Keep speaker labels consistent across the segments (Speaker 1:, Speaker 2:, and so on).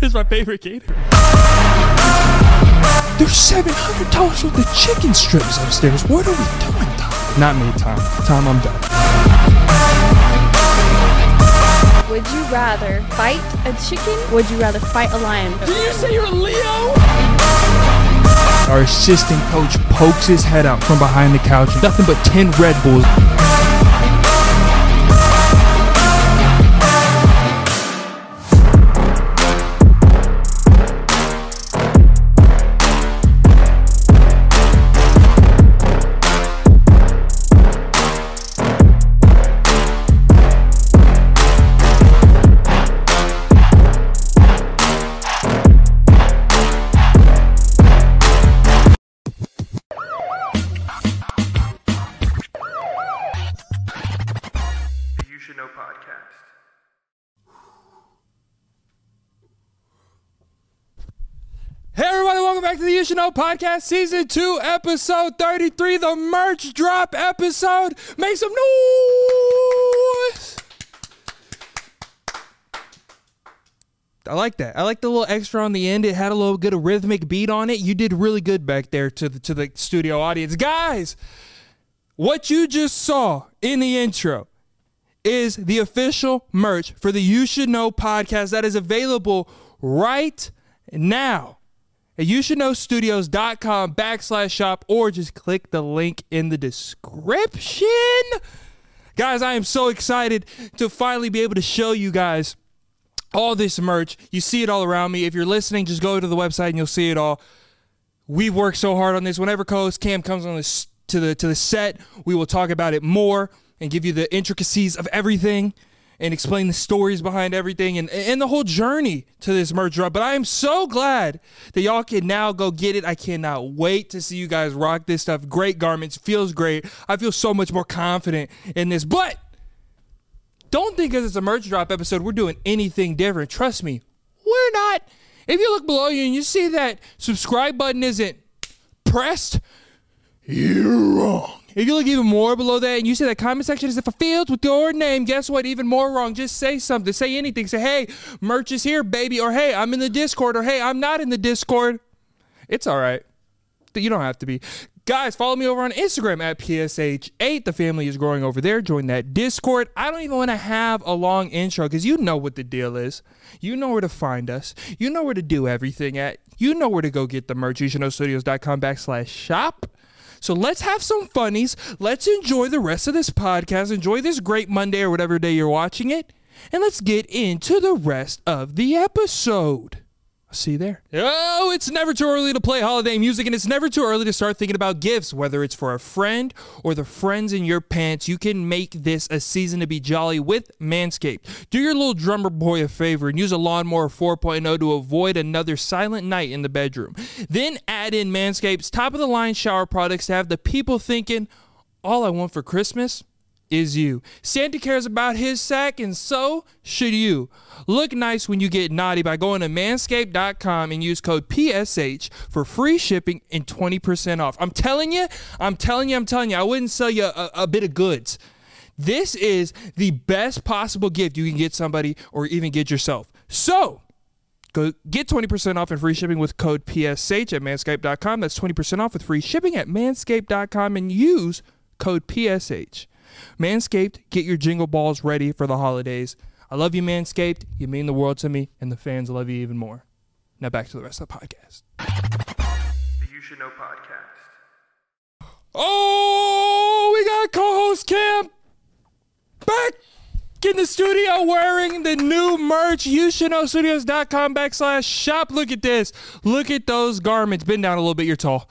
Speaker 1: It's my favorite gator.
Speaker 2: There's seven hundred dollars worth of chicken strips upstairs. What are we doing, Tom? Not me, Tom. Tom, I'm done.
Speaker 3: Would you rather fight a chicken? Would you rather fight a lion?
Speaker 1: Did you say you're a Leo?
Speaker 2: Our assistant coach pokes his head out from behind the couch. Nothing but ten Red Bulls.
Speaker 4: The You Should Know podcast.
Speaker 2: Hey everybody, welcome back to the You Should Know Podcast, Season 2, Episode 33, the merch drop episode. Make some noise! I like that. I like the little extra on the end. It had a little good of rhythmic beat on it. You did really good back there to the to the studio audience. Guys, what you just saw in the intro is the official merch for the You Should Know podcast that is available right now at youshouldknowstudios.com backslash shop or just click the link in the description. Guys, I am so excited to finally be able to show you guys all this merch. You see it all around me. If you're listening, just go to the website and you'll see it all. We work so hard on this. Whenever Coast Cam comes on this to the to the set, we will talk about it more and give you the intricacies of everything and explain the stories behind everything and and the whole journey to this merch drop. But I am so glad that y'all can now go get it. I cannot wait to see you guys rock this stuff. Great garments, feels great. I feel so much more confident in this. But don't think because it's a merch drop episode we're doing anything different. Trust me, we're not. If you look below you and you see that subscribe button isn't pressed, you're wrong. If you look even more below that and you see that comment section isn't fulfilled with your name, guess what? Even more wrong. Just say something. Say anything. Say, hey, merch is here, baby. Or hey, I'm in the Discord. Or hey, I'm not in the Discord. It's all right. Th- You don't have to be. Guys, follow me over on Instagram at PSH8. The family is growing over there. Join that Discord. I don't even want to have a long intro because you know what the deal is. You know where to find us. You know where to do everything at. You know where to go get the merch. You should know studios.com backslash shop. So let's have some funnies. Let's enjoy the rest of this podcast. Enjoy this great Monday or whatever day you're watching it. And let's get into the rest of the episode. See you there. Oh, it's never too early to play holiday music, and it's never too early to start thinking about gifts, whether it's for a friend or the friends in your pants. You can make this a season to be jolly with Manscaped. Do your little drummer boy a favor and use a lawnmower 4.0 to avoid another silent night in the bedroom. Then add in Manscaped's top of the line shower products to have the people thinking, all I want for Christmas is you. Santa cares about his sack, and so should you. Look nice when you get naughty by going to manscaped.com and use code PSH for free shipping and 20% off. I'm telling you, I'm telling you, I'm telling you, I wouldn't sell you a, a bit of goods. This is the best possible gift you can get somebody or even get yourself. So, Go get 20% off and free shipping with code PSH at manscaped.com. That's 20% off with free shipping at manscaped.com and use code PSH. Manscaped, get your jingle balls ready for the holidays. I love you, Manscaped. You mean the world to me, and the fans love you even more. Now back to the rest of the podcast.
Speaker 4: The You Should Know podcast.
Speaker 2: Oh, we got co-host Cam back in the studio wearing the new merch. YoushouldKnowStudios.com backslash shop. Look at this. Look at those garments. Bend down a little bit. You're tall.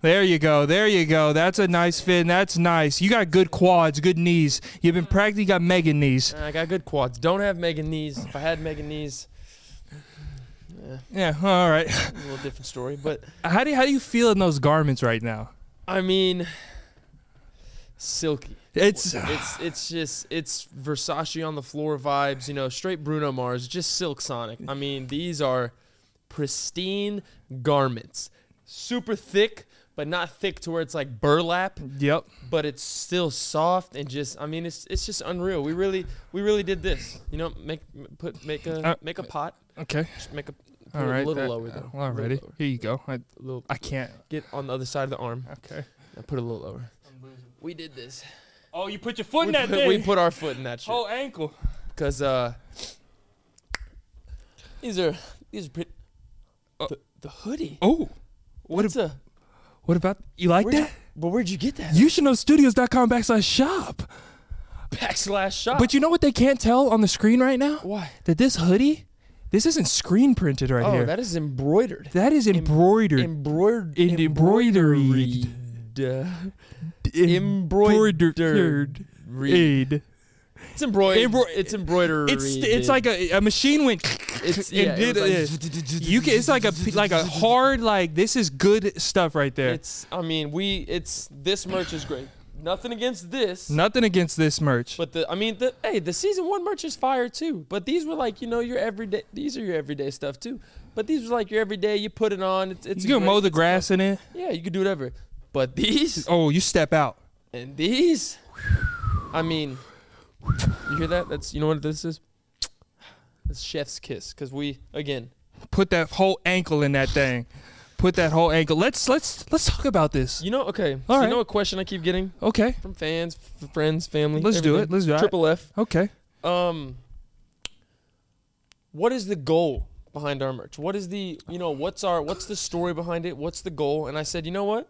Speaker 2: There you go. There you go. That's a nice fit. and That's nice. You got good quads, good knees. You've been practicing. You got mega knees.
Speaker 5: I got good quads. Don't have Megan knees. If I had Megan knees,
Speaker 2: Yeah. All right.
Speaker 5: a little different story. But
Speaker 2: How do you, how do you feel in those garments right now?
Speaker 5: I mean, silky.
Speaker 2: It's
Speaker 5: It's it's just it's Versace on the floor vibes. You know, straight Bruno Mars, just silk Sonic. I mean, these are pristine garments, super thick, but not thick to where it's like burlap.
Speaker 2: yep.
Speaker 5: but it's still soft and just I mean it's it's just unreal. We really we really did this. You know, make put make a
Speaker 2: Uh,
Speaker 5: make a pot,
Speaker 2: Okay.
Speaker 5: just make a Put it a little
Speaker 2: that-
Speaker 5: lower though.
Speaker 2: All righty.
Speaker 5: lower.
Speaker 2: Here you go. I,
Speaker 5: A little,
Speaker 2: I can't.
Speaker 5: get on the other side of the arm.
Speaker 2: Okay.
Speaker 5: Now put it a little lower. We did this.
Speaker 2: Oh, you put your foot
Speaker 5: We put, we put our foot in that shit.
Speaker 2: Whole ankle.
Speaker 5: Cause uh, these are these are pretty. the, the hoodie.
Speaker 2: Oh, what?
Speaker 5: It's
Speaker 2: Ab-
Speaker 5: a.
Speaker 2: what about you like
Speaker 5: Where'd you,
Speaker 2: that?
Speaker 5: but where'd you get that?
Speaker 2: You should know studios.com backslash shop.
Speaker 5: backslash shop.
Speaker 2: But you know what they can't tell on the screen right now?
Speaker 5: why?
Speaker 2: That this hoodie, this isn't screen printed right
Speaker 5: oh,
Speaker 2: here.
Speaker 5: that is embroidered.
Speaker 2: that is embroidered.
Speaker 5: Embroidered. Uh,
Speaker 2: Em- embroidered.
Speaker 5: Embroidered.
Speaker 2: embroidered. Aid.
Speaker 5: It's embroidered.
Speaker 2: Embro-
Speaker 5: it's embroidered.
Speaker 2: It's it's like a, a machine went.
Speaker 5: It's-
Speaker 2: and
Speaker 5: yeah, it
Speaker 2: did
Speaker 5: was like-
Speaker 2: this. you can, it's like a p- like a hard like this is good stuff right there.
Speaker 5: It's. I mean, we. It's this merch is great. Nothing against this.
Speaker 2: Nothing against this merch.
Speaker 5: But the, I mean, the hey, the season one merch is fire too. But these were like, you know, your everyday. These are your everyday stuff too. But these were like your everyday. You put it on. It's, it's
Speaker 2: you can
Speaker 5: great-
Speaker 2: mow the grass in it.
Speaker 5: Yeah, you can do whatever. But these
Speaker 2: Oh, you step out.
Speaker 5: and these, I mean, you hear that? That's you know what this is. It's chef's kiss because we again.
Speaker 2: Put that whole ankle in that thing. Put that whole ankle. Let's let's let's talk about this.
Speaker 5: You know, okay.
Speaker 2: All
Speaker 5: so
Speaker 2: right.
Speaker 5: You know what question I keep getting
Speaker 2: Okay.
Speaker 5: from fans, f- friends, family.
Speaker 2: Let's do it.
Speaker 5: everything?
Speaker 2: Let's do it.
Speaker 5: Triple F.
Speaker 2: Okay.
Speaker 5: Um, what is the goal behind our merch? What is the you know what's our what's the story behind it? What's the goal? And I said, you know what?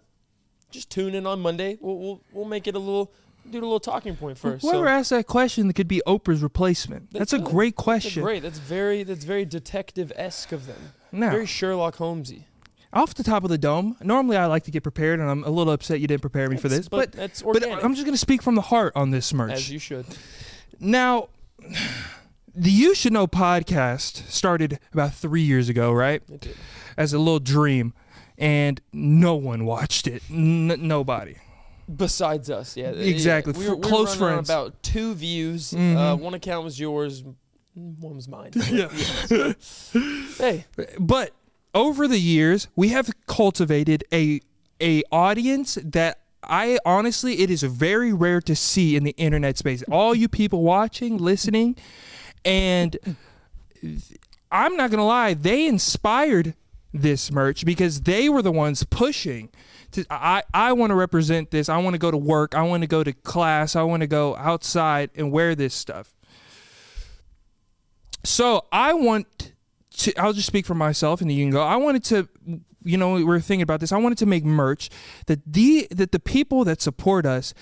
Speaker 5: Just tune in on Monday. We'll we'll, we'll make it a little do a little talking point first.
Speaker 2: Whoever
Speaker 5: so.
Speaker 2: asked that question could be Oprah's replacement. That's, a
Speaker 5: good.
Speaker 2: great
Speaker 5: That's
Speaker 2: question.
Speaker 5: great. That's very that's very detective esque of them.
Speaker 2: Now,
Speaker 5: Very Sherlock Holmesy
Speaker 2: off the top of the dome, normally I like to get prepared, and I'm a little upset you didn't prepare me for
Speaker 5: That's-
Speaker 2: this. But
Speaker 5: that's
Speaker 2: but
Speaker 5: organic.
Speaker 2: I'm just going to speak from the heart on this merch.
Speaker 5: as you should.
Speaker 2: Now, the You Should Know podcast started about three years ago, right?
Speaker 5: It did.
Speaker 2: As a little dream, and no one watched it. N- nobody.
Speaker 5: Besides us, yeah, yeah,
Speaker 2: Exactly.
Speaker 5: We were, we were
Speaker 2: Close
Speaker 5: running on
Speaker 2: friends. Mm-hmm.
Speaker 5: About two views. Uh, one account was yours. One was mine.
Speaker 2: Yeah.
Speaker 5: hey,
Speaker 2: But over the years, we have cultivated a a audience that I honestly it is very rare to see in the internet space. All you people watching, listening, and I'm not gonna lie, they inspired this merch because they were the ones pushing. To, I I want to represent this. I want to go to work. I want to go to class. I want to go outside and wear this stuff. So I want to. I'll just speak for myself, and then you can go. I wanted to. You know, we were thinking about this. I wanted to make merch that the that the people that support us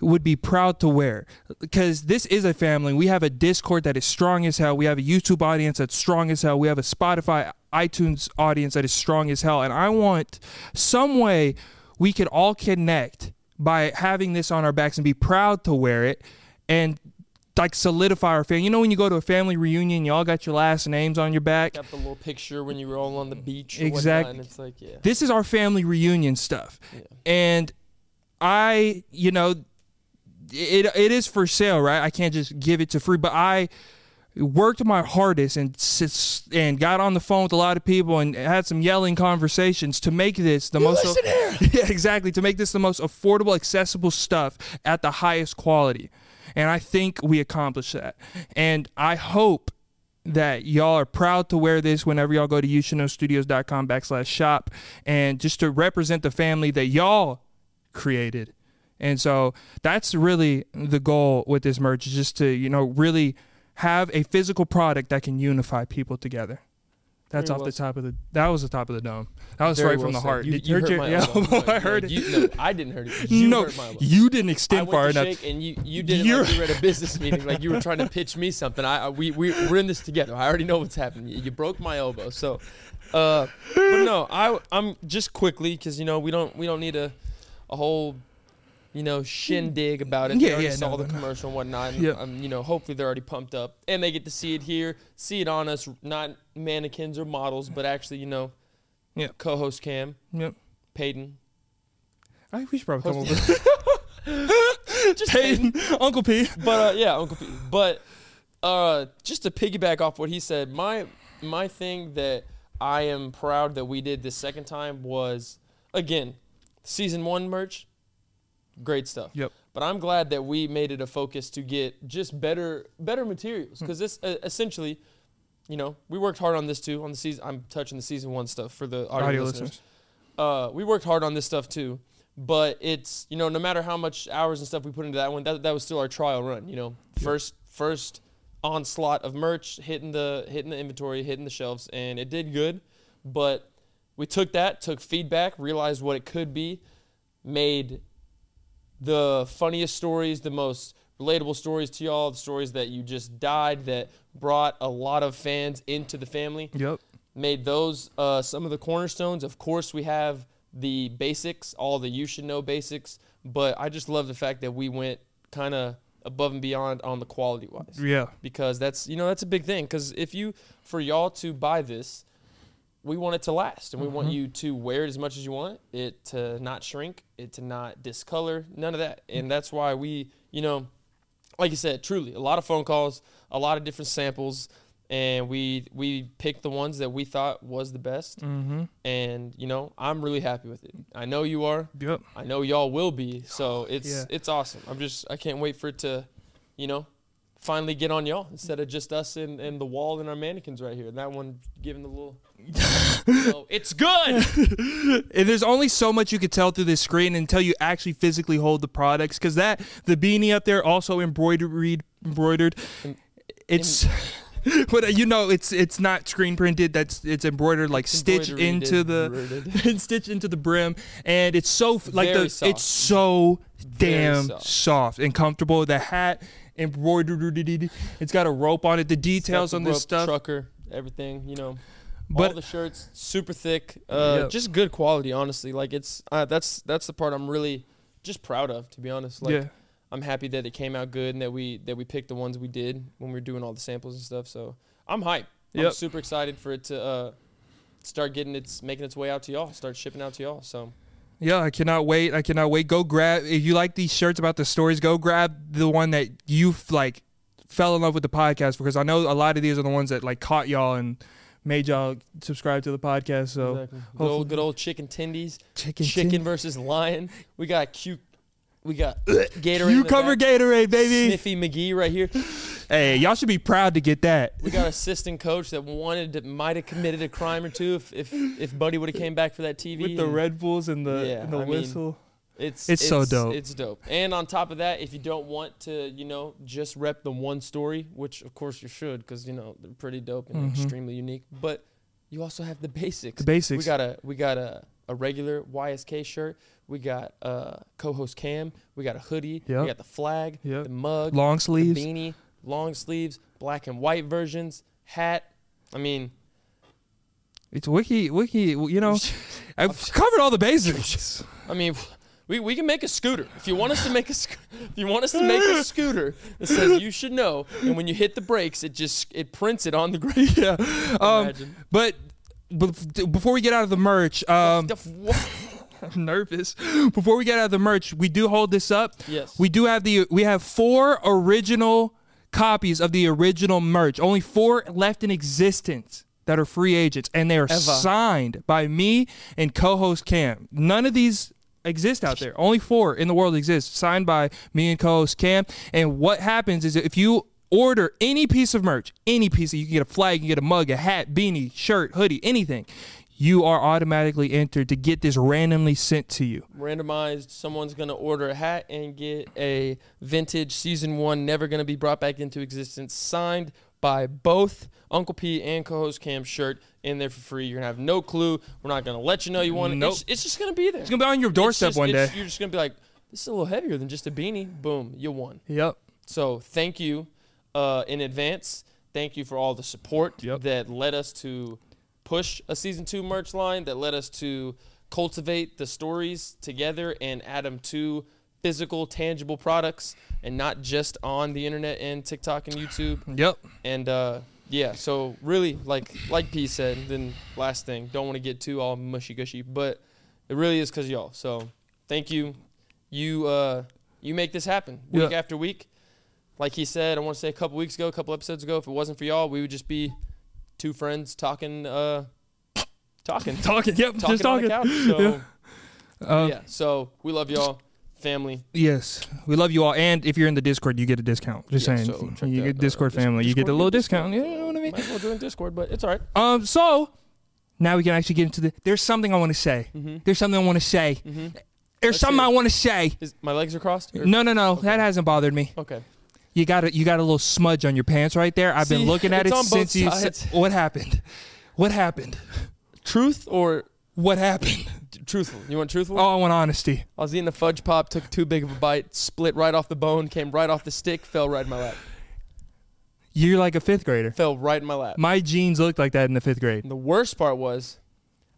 Speaker 2: would be proud to wear because this is a family. We have a Discord that is strong as hell. We have a YouTube audience that's strong as hell. We have a Spotify, iTunes audience that is strong as hell. And I want some way we could all connect by having this on our backs and be proud to wear it and like solidify our family. You know when you go to a family reunion, y'all got your last names on your back.
Speaker 5: got the little picture when you were all on the beach. Or
Speaker 2: Exact-
Speaker 5: Whatnot, and it's like, yeah.
Speaker 2: This is our family reunion stuff, and I, you know, it it is for sale, right? I can't just give it to free, but I worked my hardest and sits- and got on the phone with a lot of people and had some yelling conversations to make this the most yeah exactly to make this the most affordable accessible stuff at the highest quality and i think we accomplished that and i hope that y'all are proud to wear this whenever y'all go to youshouldknowstudios.com backslash shop and just to represent the family that y'all created and so that's really the goal with this merch is just to, you know, really have a physical product that can unify people together. That's
Speaker 5: Very
Speaker 2: off
Speaker 5: well
Speaker 2: the top of the that was the top of the dome. That was
Speaker 5: Very
Speaker 2: right
Speaker 5: well
Speaker 2: from the
Speaker 5: said.
Speaker 2: heart.
Speaker 5: You,
Speaker 2: Did
Speaker 5: you
Speaker 2: hurt
Speaker 5: hurt
Speaker 2: your-
Speaker 5: my
Speaker 2: yeah,
Speaker 5: elbow.
Speaker 2: I heard it.
Speaker 5: You, no, I didn't hurt it. You
Speaker 2: no,
Speaker 5: hurt my elbow.
Speaker 2: you didn't
Speaker 5: I
Speaker 2: extend
Speaker 5: went
Speaker 2: far
Speaker 5: to
Speaker 2: enough.
Speaker 5: shake and you you did it
Speaker 2: You're-
Speaker 5: like you were at a business meeting, like you were trying to pitch me something. I, I we we we're in this together. I already know what's happening. You, you broke my elbow, so. Uh, but no, I I'm just quickly because you know we don't we don't need a a whole. You know, shindig about it.
Speaker 2: Yeah,
Speaker 5: they already
Speaker 2: yeah,
Speaker 5: saw
Speaker 2: no,
Speaker 5: the
Speaker 2: no, no.
Speaker 5: commercial and whatnot. And,
Speaker 2: Yeah.
Speaker 5: um, you know, hopefully they're already pumped up and they get to see it here, see it on us, not mannequins or models, but actually, you know,
Speaker 2: Yeah.
Speaker 5: co-host Cam,
Speaker 2: Yep.
Speaker 5: Peyton,
Speaker 2: I, we should probably come over.
Speaker 5: Host- just Peyton.
Speaker 2: Peyton, Uncle P.
Speaker 5: But uh, yeah, Uncle P. But uh, just to piggyback off what he said, my my thing that I am proud that we did this second time was again season one merch, great stuff.
Speaker 2: Yep.
Speaker 5: But I'm glad that we made it a focus to get just better better materials because this uh, e, essentially you know, we worked hard on this too. On the season, I'm touching the season one stuff for the audio,
Speaker 2: Audio
Speaker 5: listeners.
Speaker 2: listeners.
Speaker 5: Uh, we worked hard on this stuff too, but it's you know, no matter how much hours and stuff we put into that one, that that was still our trial run. You know, first first onslaught of merch hitting the hitting the inventory, hitting the shelves, and it did good. But we took that, took feedback, realized what it could be, made the funniest stories, the most relatable stories to y'all, the stories that you just died that brought a lot of fans into the family.
Speaker 2: Yep.
Speaker 5: Made those uh, some of the cornerstones. Of course, we have the basics, all the you should know basics, but I just love the fact that we went kind of above and beyond on the quality wise
Speaker 2: Yeah.
Speaker 5: because that's you know that's a big thing because if you for y'all to buy this we want it to last and we want you to wear it as much as you want it to not shrink it to not discolor none of that and that's why we you know like you said truly a lot of phone calls a lot of different samples and we we picked the ones that we thought was the best
Speaker 2: Mm-hmm.
Speaker 5: and you know i'm really happy with it i know you are
Speaker 2: Yep.
Speaker 5: I know y'all will be. So it's
Speaker 2: Yeah.
Speaker 5: it's awesome. I'm just I can't wait for it to, you know, finally get on y'all instead of just us and, and the wall and our mannequins right here. That one giving the little. So, it's good.
Speaker 2: And there's only so much you could tell through this screen until you actually physically hold the products because that the beanie up there also embroidered embroidered it's but uh, you know it's it's not screen printed that's it's embroidered like stitched
Speaker 5: Embroidered,
Speaker 2: into the
Speaker 5: embroidered.
Speaker 2: it's stitched into the brim and it's so f- like
Speaker 5: Very
Speaker 2: the
Speaker 5: soft.
Speaker 2: it's so damn
Speaker 5: soft.
Speaker 2: soft. and comfortable the hat embroidered it's got a rope on it the details
Speaker 5: Got the
Speaker 2: on this
Speaker 5: rope,
Speaker 2: stuff
Speaker 5: Trucker, everything, you know. all
Speaker 2: But-
Speaker 5: the shirts super thick, uh,
Speaker 2: Yep.
Speaker 5: just good quality. Honestly, like it's uh, that's that's the part I'm really just proud of. To be honest, like
Speaker 2: Yeah.
Speaker 5: I'm happy that it came out good and that we that we picked the ones we did when we were doing all the samples and stuff. So I'm hyped. I'm
Speaker 2: Yep.
Speaker 5: super excited for it to uh, start getting its making its way out to y'all, start shipping out to y'all. So
Speaker 2: Yeah, I cannot wait. I cannot wait. Go grab if you like these shirts about the stories, go grab the one that you like fell in love with the podcast because I know a lot of these are the ones that like caught y'all and made y'all subscribe to the podcast. So
Speaker 5: good,
Speaker 2: hopefully-
Speaker 5: old, good old chicken tendies,
Speaker 2: Chicken
Speaker 5: chicken
Speaker 2: tin-
Speaker 5: versus lion. We got cute. We got Gatorade. in the
Speaker 2: cucumber
Speaker 5: back.
Speaker 2: Gatorade, baby.
Speaker 5: Sniffy McGee right here.
Speaker 2: Hey, y'all should be proud to get that.
Speaker 5: We got an assistant coach that wanted to, might have committed a crime or two if if, if Buddy would have came back for that TV.
Speaker 2: With the
Speaker 5: and
Speaker 2: Red Bulls and the
Speaker 5: Yeah,
Speaker 2: and the
Speaker 5: I mean-
Speaker 2: whistle.
Speaker 5: it's,
Speaker 2: it's so dope.
Speaker 5: It's dope. And on top of that, if you don't want to, you know, just rep the one story, which of course you should, because you know they're pretty dope and extremely unique. But you also have the
Speaker 2: Mm-hmm.
Speaker 5: basics.
Speaker 2: The basics.
Speaker 5: We got a we got a, a regular YSK shirt. We got uh, co-host Cam. We got a hoodie.
Speaker 2: Yep.
Speaker 5: We got the flag.
Speaker 2: Yep.
Speaker 5: The mug.
Speaker 2: Long
Speaker 5: the
Speaker 2: sleeves.
Speaker 5: beanie, long sleeves, black and white versions, hat. I mean,
Speaker 2: It's wiki wiki you know I've covered all the basics.
Speaker 5: I mean, we, we can make a scooter if you want us to make a sc- if you want us to make a scooter that says you should know, and when you hit the brakes, it just it prints it on the ground.
Speaker 2: yeah. Um
Speaker 5: Imagine.
Speaker 2: but bef- before we get out of the merch, um
Speaker 5: The f- what?
Speaker 2: I'm nervous. Before we get out of the merch, we do hold this up.
Speaker 5: Yes.
Speaker 2: We do have the we have four original copies of the original merch. Only four left in existence that are free agents and they are signed by me and co-host Cam. None of these exist out there. Only four in the world exist signed by me and co-host Cam. And what happens is if you order any piece of merch, any piece, you can get a flag, you can get a mug, a hat, beanie, shirt, hoodie, anything. You are automatically entered to get this randomly sent to you.
Speaker 5: randomized. Someone's gonna order a hat and get a vintage season one, never gonna be brought back into existence, signed by both Uncle P and co-host Cam shirt in there for free. You're gonna have no clue. We're not gonna let you know you want it.
Speaker 2: Nope.
Speaker 5: It's, it's just gonna be there.
Speaker 2: It's gonna be on your doorstep
Speaker 5: just-
Speaker 2: one day.
Speaker 5: it's- You're just gonna be like, this is a little heavier than just a beanie. Boom, you won.
Speaker 2: Yep.
Speaker 5: So thank you uh, in advance. Thank you for all the support
Speaker 2: Yep.
Speaker 5: that led us to push a season two merch line, that led us to cultivate the stories together and add them to physical, tangible products and not just on the internet and TikTok and YouTube.
Speaker 2: Yep.
Speaker 5: And uh, yeah, so really, like like P said, then last thing, don't want to get too all mushy gushy, but it really is because y'all. So thank you, you uh, you make this happen week
Speaker 2: Yeah.
Speaker 5: after week. Like he said, I want to say a couple weeks ago, a couple episodes ago, if it wasn't for y'all, we would just be two friends talking, uh, talking,
Speaker 2: Talking. Yep.
Speaker 5: talking,
Speaker 2: just talking.
Speaker 5: on the couch. So yeah.
Speaker 2: Uh,
Speaker 5: so we love y'all, family.
Speaker 2: Yes. We love you all. And if you're in the Discord, you get a discount. Just
Speaker 5: Yeah,
Speaker 2: saying.
Speaker 5: so check
Speaker 2: you
Speaker 5: that,
Speaker 2: get
Speaker 5: uh,
Speaker 2: Discord
Speaker 5: Dis-
Speaker 2: family. you get a
Speaker 5: Discord,
Speaker 2: little
Speaker 5: yeah,
Speaker 2: discount.
Speaker 5: Discord.
Speaker 2: Yeah, you know what I me?
Speaker 5: Might as well do it in Discord, but it's all right.
Speaker 2: Um, so now we can actually get into the. There's something I want to say.
Speaker 5: Mm-hmm.
Speaker 2: There's something I want to say. There's something
Speaker 5: hear
Speaker 2: I
Speaker 5: it.
Speaker 2: want to say.
Speaker 5: Mm-hmm. Is my legs are crossed? Or-
Speaker 2: No, no, no. That hasn't bothered me.
Speaker 5: Okay.
Speaker 2: You got a, you got a little smudge on your pants right there. I've
Speaker 5: See,
Speaker 2: been looking at
Speaker 5: it's
Speaker 2: it
Speaker 5: on both
Speaker 2: since you. said-
Speaker 5: sides.
Speaker 2: What happened? What happened?
Speaker 5: Truth or
Speaker 2: What happened?
Speaker 5: t- truthful? You want truthful?
Speaker 2: Oh, I want honesty.
Speaker 5: I was eating a fudge pop, took too big of a bite, split right off the bone, came right off the stick, fell right in my lap.
Speaker 2: You're like a fifth grader.
Speaker 5: Fell right in my lap.
Speaker 2: My jeans looked like that in the fifth grade.
Speaker 5: And the worst part was,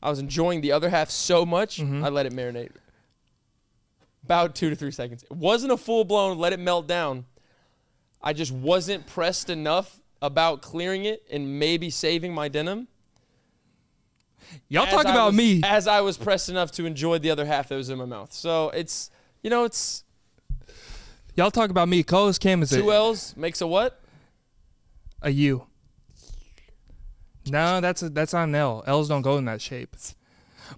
Speaker 5: I was enjoying the other half so much,
Speaker 2: Mm-hmm.
Speaker 5: I let it marinate. About two to three seconds. It wasn't a full blown let it melt down. I just wasn't pressed enough about clearing it and maybe saving my denim.
Speaker 2: Y'all
Speaker 5: as
Speaker 2: talk
Speaker 5: I
Speaker 2: about
Speaker 5: was-
Speaker 2: me.
Speaker 5: as I was pressed enough to enjoy the other half that was in my mouth. So it's you know it's
Speaker 2: Y'all talk about me. Cole's Cam is
Speaker 5: two
Speaker 2: a,
Speaker 5: L's makes a what?
Speaker 2: a U. No, that's a, that's not an L. L's don't go in that shape.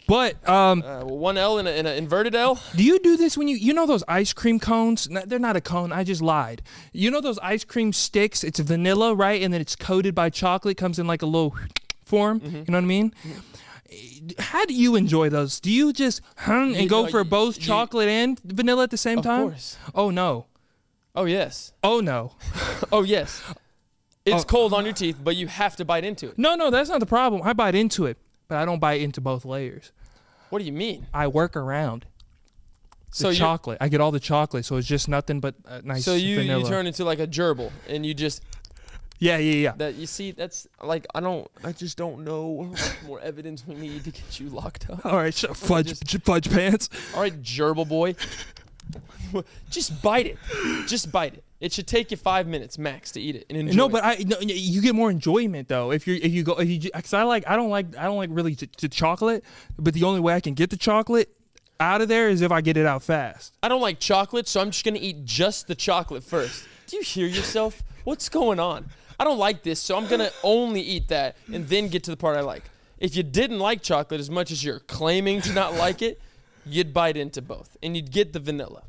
Speaker 2: But um,
Speaker 5: Uh, one L and an inverted L.
Speaker 2: Do you do this when you you know those ice cream cones? No, They're not a cone. I just lied. You know those ice cream sticks? It's vanilla, right? And then it's coated by chocolate. Comes in like a little form.
Speaker 5: Mm-hmm.
Speaker 2: You know what I mean? How do you enjoy those? Do you just hum and
Speaker 5: You-
Speaker 2: go
Speaker 5: no,
Speaker 2: for
Speaker 5: you-
Speaker 2: both
Speaker 5: you-
Speaker 2: chocolate and vanilla at the same
Speaker 5: Of
Speaker 2: time?
Speaker 5: course.
Speaker 2: Oh no.
Speaker 5: Oh yes.
Speaker 2: Oh no.
Speaker 5: Oh yes. It's
Speaker 2: Oh.
Speaker 5: cold on your teeth, but you have to bite into it.
Speaker 2: No, no, that's not the problem. I bite into it, but I don't bite into both layers.
Speaker 5: What do you mean?
Speaker 2: I work around the
Speaker 5: So you
Speaker 2: chocolate. I get all the chocolate, so it's just nothing but uh, nice
Speaker 5: so you,
Speaker 2: vanilla.
Speaker 5: you turn into like a gerbil and you just
Speaker 2: yeah, yeah, yeah.
Speaker 5: that you see that's like I don't I just don't know how much more evidence we need to get you locked up.
Speaker 2: All right, sh- fudge,
Speaker 5: Just-
Speaker 2: j- fudge pants.
Speaker 5: All right, gerbil boy. just bite it. Just bite it. It should take you five minutes max to eat it and enjoy.
Speaker 2: No,
Speaker 5: it.
Speaker 2: but I no, y- you get more enjoyment though if you if you go if you because I like I don't like I don't like really to chocolate, but the only way I can get the chocolate out of there is if I get it out fast.
Speaker 5: I don't like chocolate, so I'm just gonna eat just the chocolate first. Do you hear yourself? What's going on? I don't like this, so I'm gonna only eat that and then get to the part I like. If you didn't like chocolate as much as you're claiming to not like it, you'd bite into both and you'd get the vanilla.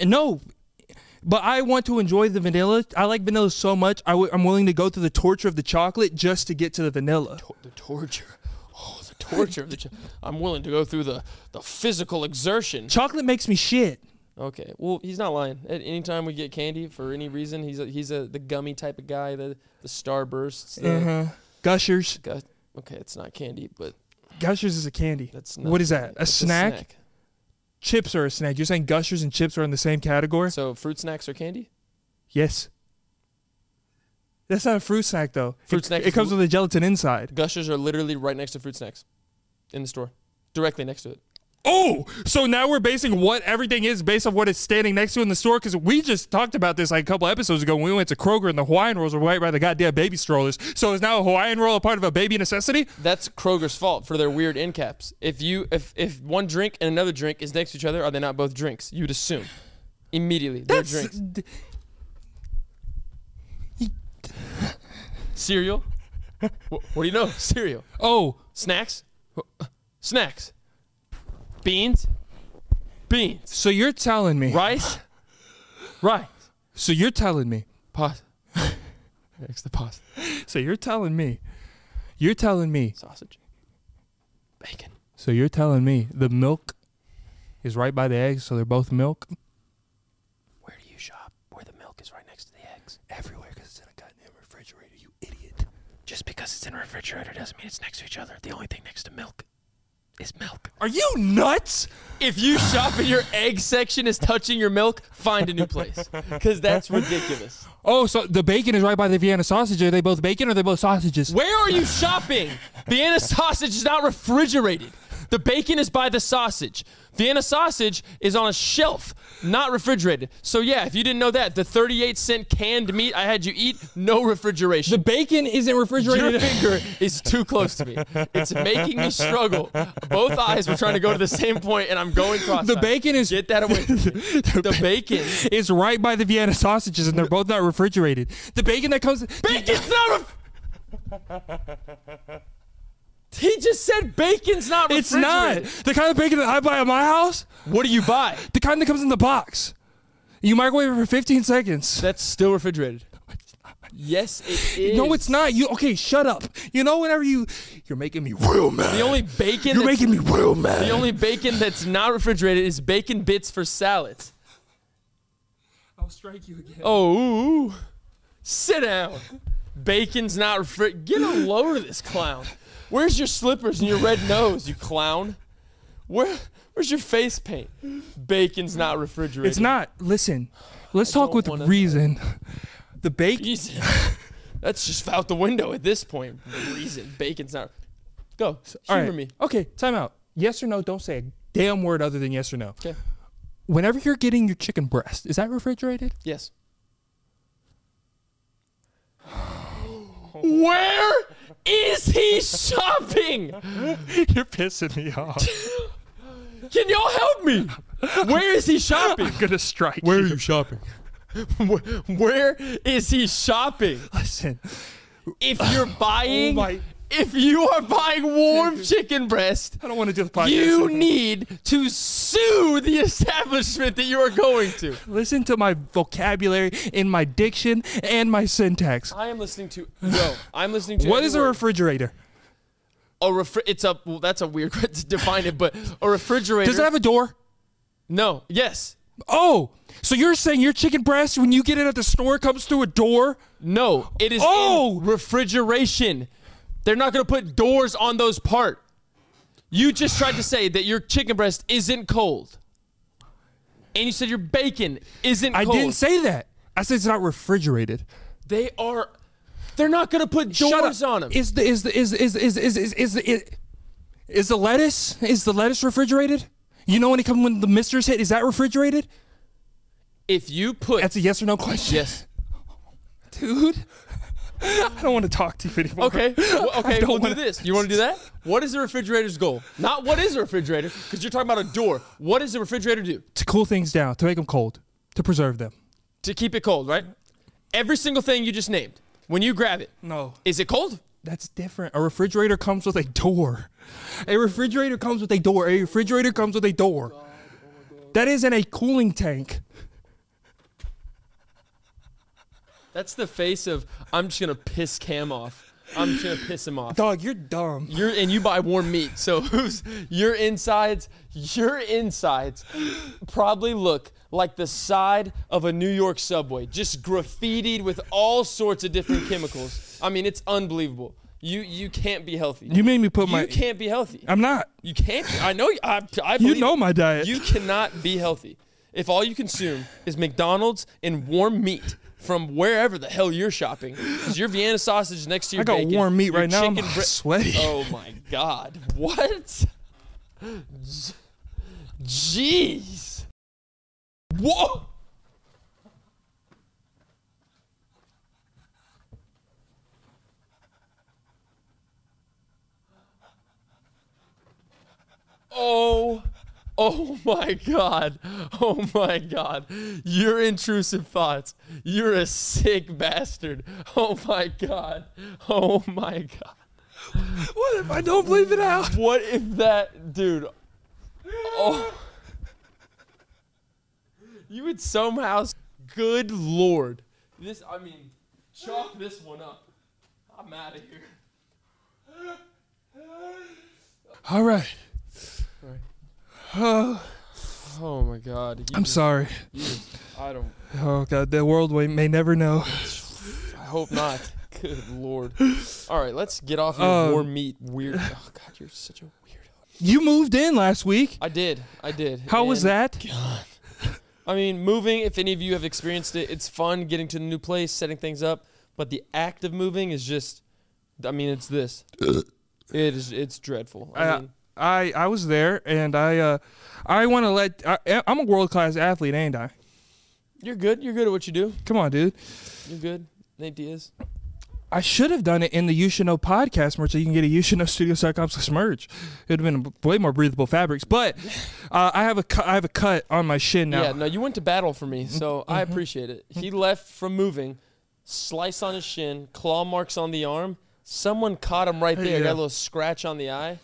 Speaker 2: No, but I want to enjoy the vanilla. I like vanilla so much. I w- I'm willing to go through the torture of the chocolate just to get to the vanilla.
Speaker 5: The torture. Oh, the torture of the cho- I'm willing to go through the, the physical exertion.
Speaker 2: Chocolate makes me shit.
Speaker 5: Okay. Well, he's not lying. At any time we get candy for any reason, he's a, he's a the gummy type of guy, the the starbursts, the
Speaker 2: Uh-huh. Gushers.
Speaker 5: gu- Okay, it's not candy, but
Speaker 2: Gushers is a candy.
Speaker 5: that's not
Speaker 2: What is that?
Speaker 5: candy.
Speaker 2: A
Speaker 5: It's
Speaker 2: snack? Chips are a snack. You're saying gushers and chips are in the same category?
Speaker 5: So fruit snacks are candy?
Speaker 2: Yes. That's not a fruit snack though.
Speaker 5: Fruit
Speaker 2: it,
Speaker 5: snack
Speaker 2: It
Speaker 5: is
Speaker 2: comes
Speaker 5: w-
Speaker 2: with a gelatin inside.
Speaker 5: Gushers are literally right next to fruit snacks in the store. Directly next to it.
Speaker 2: Oh, so now we're basing what everything is based on what it's standing next to in the store because we just talked about this like a couple episodes ago when we went to Kroger and the Hawaiian rolls were right by the goddamn baby strollers. So is now a Hawaiian roll a part of a baby necessity?
Speaker 5: That's Kroger's fault for their weird end caps. If you if if one drink and another drink is next to each other, are they not both drinks? You'd assume. Immediately. They're drinks.
Speaker 2: d-
Speaker 5: Cereal? Wh- what do you know? Cereal.
Speaker 2: oh,
Speaker 5: Snacks? Snacks. Beans? Beans.
Speaker 2: so you're telling me?
Speaker 5: Rice? Rice.
Speaker 2: So you're telling me?
Speaker 5: Pasta. Next the pasta.
Speaker 2: So you're telling me? You're telling me?
Speaker 5: Sausage. Bacon.
Speaker 2: So you're telling me the milk is right by the eggs? So they're both milk?
Speaker 5: Where do you shop? Where the milk is right next to the eggs.
Speaker 2: Everywhere because it's in a goddamn refrigerator. You idiot.
Speaker 5: Just because it's in a refrigerator doesn't mean it's next to each other. The only thing next to milk is milk.
Speaker 2: Are you nuts?
Speaker 5: If you shop and your egg section is touching your milk, find a new place. Because that's ridiculous.
Speaker 2: Oh, so the bacon is right by the Vienna sausage. Are they both bacon or are they both sausages?
Speaker 5: Where are you shopping? Vienna sausage is not refrigerated. The bacon is by the sausage. Vienna sausage is on a shelf, not refrigerated. So, yeah, if you didn't know that, the 38 cent canned meat I had you eat, no refrigeration.
Speaker 2: The bacon isn't
Speaker 5: Your
Speaker 2: refrigerated.
Speaker 5: finger is too close to me. It's making me struggle. Both eyes were trying to go to the same point, and I'm going cross.
Speaker 2: The bacon is
Speaker 5: Get that away from me.
Speaker 2: the,
Speaker 5: The bacon.
Speaker 2: is right by the Vienna sausages, and they're both not refrigerated. The bacon that comes
Speaker 5: Bacon's not. A... He just said bacon's not.
Speaker 2: it's not
Speaker 5: refrigerated.
Speaker 2: the kind of bacon that I buy at my house.
Speaker 5: What do you buy?
Speaker 2: The kind that comes in the box. You microwave it for 15 seconds.
Speaker 5: That's still refrigerated. Yes, it is.
Speaker 2: No, it's not. You okay? Shut up. You know, whenever you you're making me real mad.
Speaker 5: The only bacon.
Speaker 2: you're
Speaker 5: that's-
Speaker 2: making me real mad.
Speaker 5: the only bacon that's not refrigerated is bacon bits for salads.
Speaker 2: I'll strike you again.
Speaker 5: Oh, ooh, ooh. sit down. Bacon's not refri- Get a load of this clown. Where's your slippers and your red nose, you clown? Where? Where's your face paint? Bacon's not refrigerated.
Speaker 2: It's not. Listen, let's talk
Speaker 5: don't
Speaker 2: with
Speaker 5: wanna-
Speaker 2: reason. The bacon.
Speaker 5: Reason. That's just out the window at this point. Reason. Bacon's not. Go.
Speaker 2: All
Speaker 5: Humor
Speaker 2: right.
Speaker 5: me.
Speaker 2: Okay, time out. Yes or no? Don't say a damn word other than yes or no.
Speaker 5: Okay.
Speaker 2: Whenever you're getting your chicken breast, is that refrigerated?
Speaker 5: Yes. Where is he shopping?
Speaker 2: you're pissing me off.
Speaker 5: Can y'all help me? Where is he shopping?
Speaker 2: gonna strike
Speaker 5: shopping? Where is he shopping?
Speaker 2: Listen,
Speaker 5: If you're buying,
Speaker 2: my-
Speaker 5: if you are buying warm chicken breast,
Speaker 2: I don't want to do the podcast.
Speaker 5: you
Speaker 2: anymore.
Speaker 5: need to sue the establishment that you are going to.
Speaker 2: listen to my vocabulary in my diction and my syntax.
Speaker 5: I am listening to. No, I'm listening to.
Speaker 2: What is a
Speaker 5: every word.
Speaker 2: refrigerator?
Speaker 5: a refri- it's a well, that's a weird way to define it, but a refrigerator.
Speaker 2: Does it have a door?
Speaker 5: no? Yes,
Speaker 2: Oh, so you're saying your chicken breast when you get it at the store comes through a door?
Speaker 5: no. It is. in
Speaker 2: Oh!
Speaker 5: refrigeration. They're not going to put doors on those part. You just tried to say that your chicken breast isn't cold, and you said your bacon isn't.
Speaker 2: I
Speaker 5: cold.
Speaker 2: didn't say that. I said it's not refrigerated.
Speaker 5: they are. They're not going to put doors on them.
Speaker 2: Is the is the is is is is is is the, is, is the lettuce is the lettuce refrigerated? You know when it comes when the misters hit, is that refrigerated?
Speaker 5: if you put
Speaker 2: That's a yes or no question,
Speaker 5: yes.
Speaker 2: dude. I don't want to talk to you anymore.
Speaker 5: Okay. Well, okay.
Speaker 2: don't
Speaker 5: We'll
Speaker 2: wanna-
Speaker 5: do this. You want to do that? What is the refrigerator's goal? Not what is a refrigerator, because you're talking about a door. What does the refrigerator do?
Speaker 2: To cool things down, to make them cold, to preserve them.
Speaker 5: To keep it cold, right? Every single thing you just named, when you grab it,
Speaker 2: No,
Speaker 5: is it cold?
Speaker 2: that's different. A refrigerator comes with a door. A refrigerator comes with a door. A refrigerator comes with a door. That isn't a cooling tank.
Speaker 5: That's the face of I'm just gonna piss Cam off. I'm just gonna piss him off.
Speaker 2: Dog, you're dumb.
Speaker 5: You're and you buy warm meat, so who's your insides? Your insides probably look like the side of a New York subway, just graffitied with all sorts of different chemicals. I mean, it's unbelievable. You you can't be healthy.
Speaker 2: You made me put my.
Speaker 5: you can't be healthy.
Speaker 2: I'm not.
Speaker 5: You can't. Be, I know. you- I, I
Speaker 2: You
Speaker 5: believe
Speaker 2: know
Speaker 5: it.
Speaker 2: my diet.
Speaker 5: You cannot be healthy if all you consume is McDonald's and warm meat from wherever the hell you're shopping. 'Cause your Vienna sausage next to your
Speaker 2: I got
Speaker 5: bacon,
Speaker 2: warm meat
Speaker 5: your
Speaker 2: right now. I'm
Speaker 5: chicken bre-
Speaker 2: sweaty.
Speaker 5: oh my god! What? J- Jeez! Whoa! Oh, oh my God. Oh my God. Your intrusive thoughts. You're a sick bastard. Oh my God. Oh my God.
Speaker 2: What if I don't believe it out?
Speaker 5: What if that, dude? Oh. You would somehow. Good Lord. This, I mean, chalk this one up. I'm out of here.
Speaker 2: All right.
Speaker 5: Oh my God. You
Speaker 2: I'm
Speaker 5: just-
Speaker 2: sorry.
Speaker 5: you just- I don't.
Speaker 2: Oh God, the world wa- may never know.
Speaker 5: I hope not. Good lord. All right, let's get off your
Speaker 2: Um,
Speaker 5: warm meat weird. Oh god, you're such a weirdo.
Speaker 2: You moved in last week.
Speaker 5: I did. I did.
Speaker 2: How was
Speaker 5: and-
Speaker 2: that?
Speaker 5: I mean, moving, if any of you have experienced it, it's fun getting to the new place, setting things up, but the act of moving is just I mean, it's this.
Speaker 2: Uh.
Speaker 5: it is it's dreadful. I
Speaker 2: I
Speaker 5: mean,
Speaker 2: I I was there, and I uh, I want to let. I, I'm a world class athlete, ain't I?
Speaker 5: you're good. You're good at what you do.
Speaker 2: Come on, dude.
Speaker 5: You're good. Nate Diaz.
Speaker 2: I should have done it in the You Should Know podcast merch. So you can get a You Should Know Studios.com slash merch. It would have been way more breathable fabrics. But uh, I have a cu- I have a cut on my shin now.
Speaker 5: Yeah, no, you went to battle for me,
Speaker 2: Mm-hmm.
Speaker 5: so I appreciate it. He left from moving, slice on his shin, claw marks on the arm. Someone caught him right there,
Speaker 2: Yeah.
Speaker 5: got a little scratch on the eye.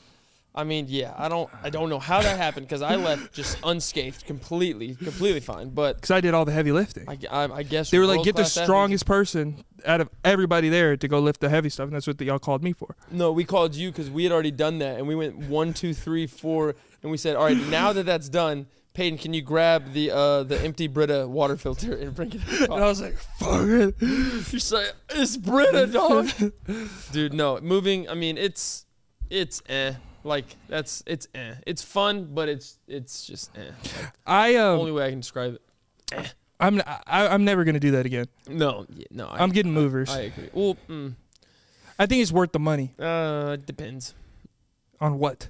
Speaker 5: I mean, yeah, I don't I don't know how that happened because I left just unscathed, completely, completely fine. But
Speaker 2: because I did all the heavy lifting.
Speaker 5: I, I, I guess
Speaker 2: they were like, get the
Speaker 5: world-class athletes-
Speaker 2: strongest person out of everybody there to go lift the heavy stuff, and that's what y'all called me for.
Speaker 5: No, we called you because we had already done that, and we went one, two, three, four, and we said, all right, now that that's done, Peyton, can you grab the uh, the empty Brita water filter and bring it? To the
Speaker 2: And I was like, fuck it.
Speaker 5: She's like, it's Brita, dog. Dude, no, moving. I mean, it's it's eh. Like that's it's eh. It's fun, but it's it's just eh.
Speaker 2: I
Speaker 5: Only
Speaker 2: um,
Speaker 5: way I can describe it.
Speaker 2: I'm I, I'm never gonna do that again.
Speaker 5: No, yeah, no. I,
Speaker 2: I'm getting movers.
Speaker 5: I
Speaker 2: I,
Speaker 5: agree. Well, mm,
Speaker 2: think it's worth the money.
Speaker 5: uh, it depends.
Speaker 2: On what?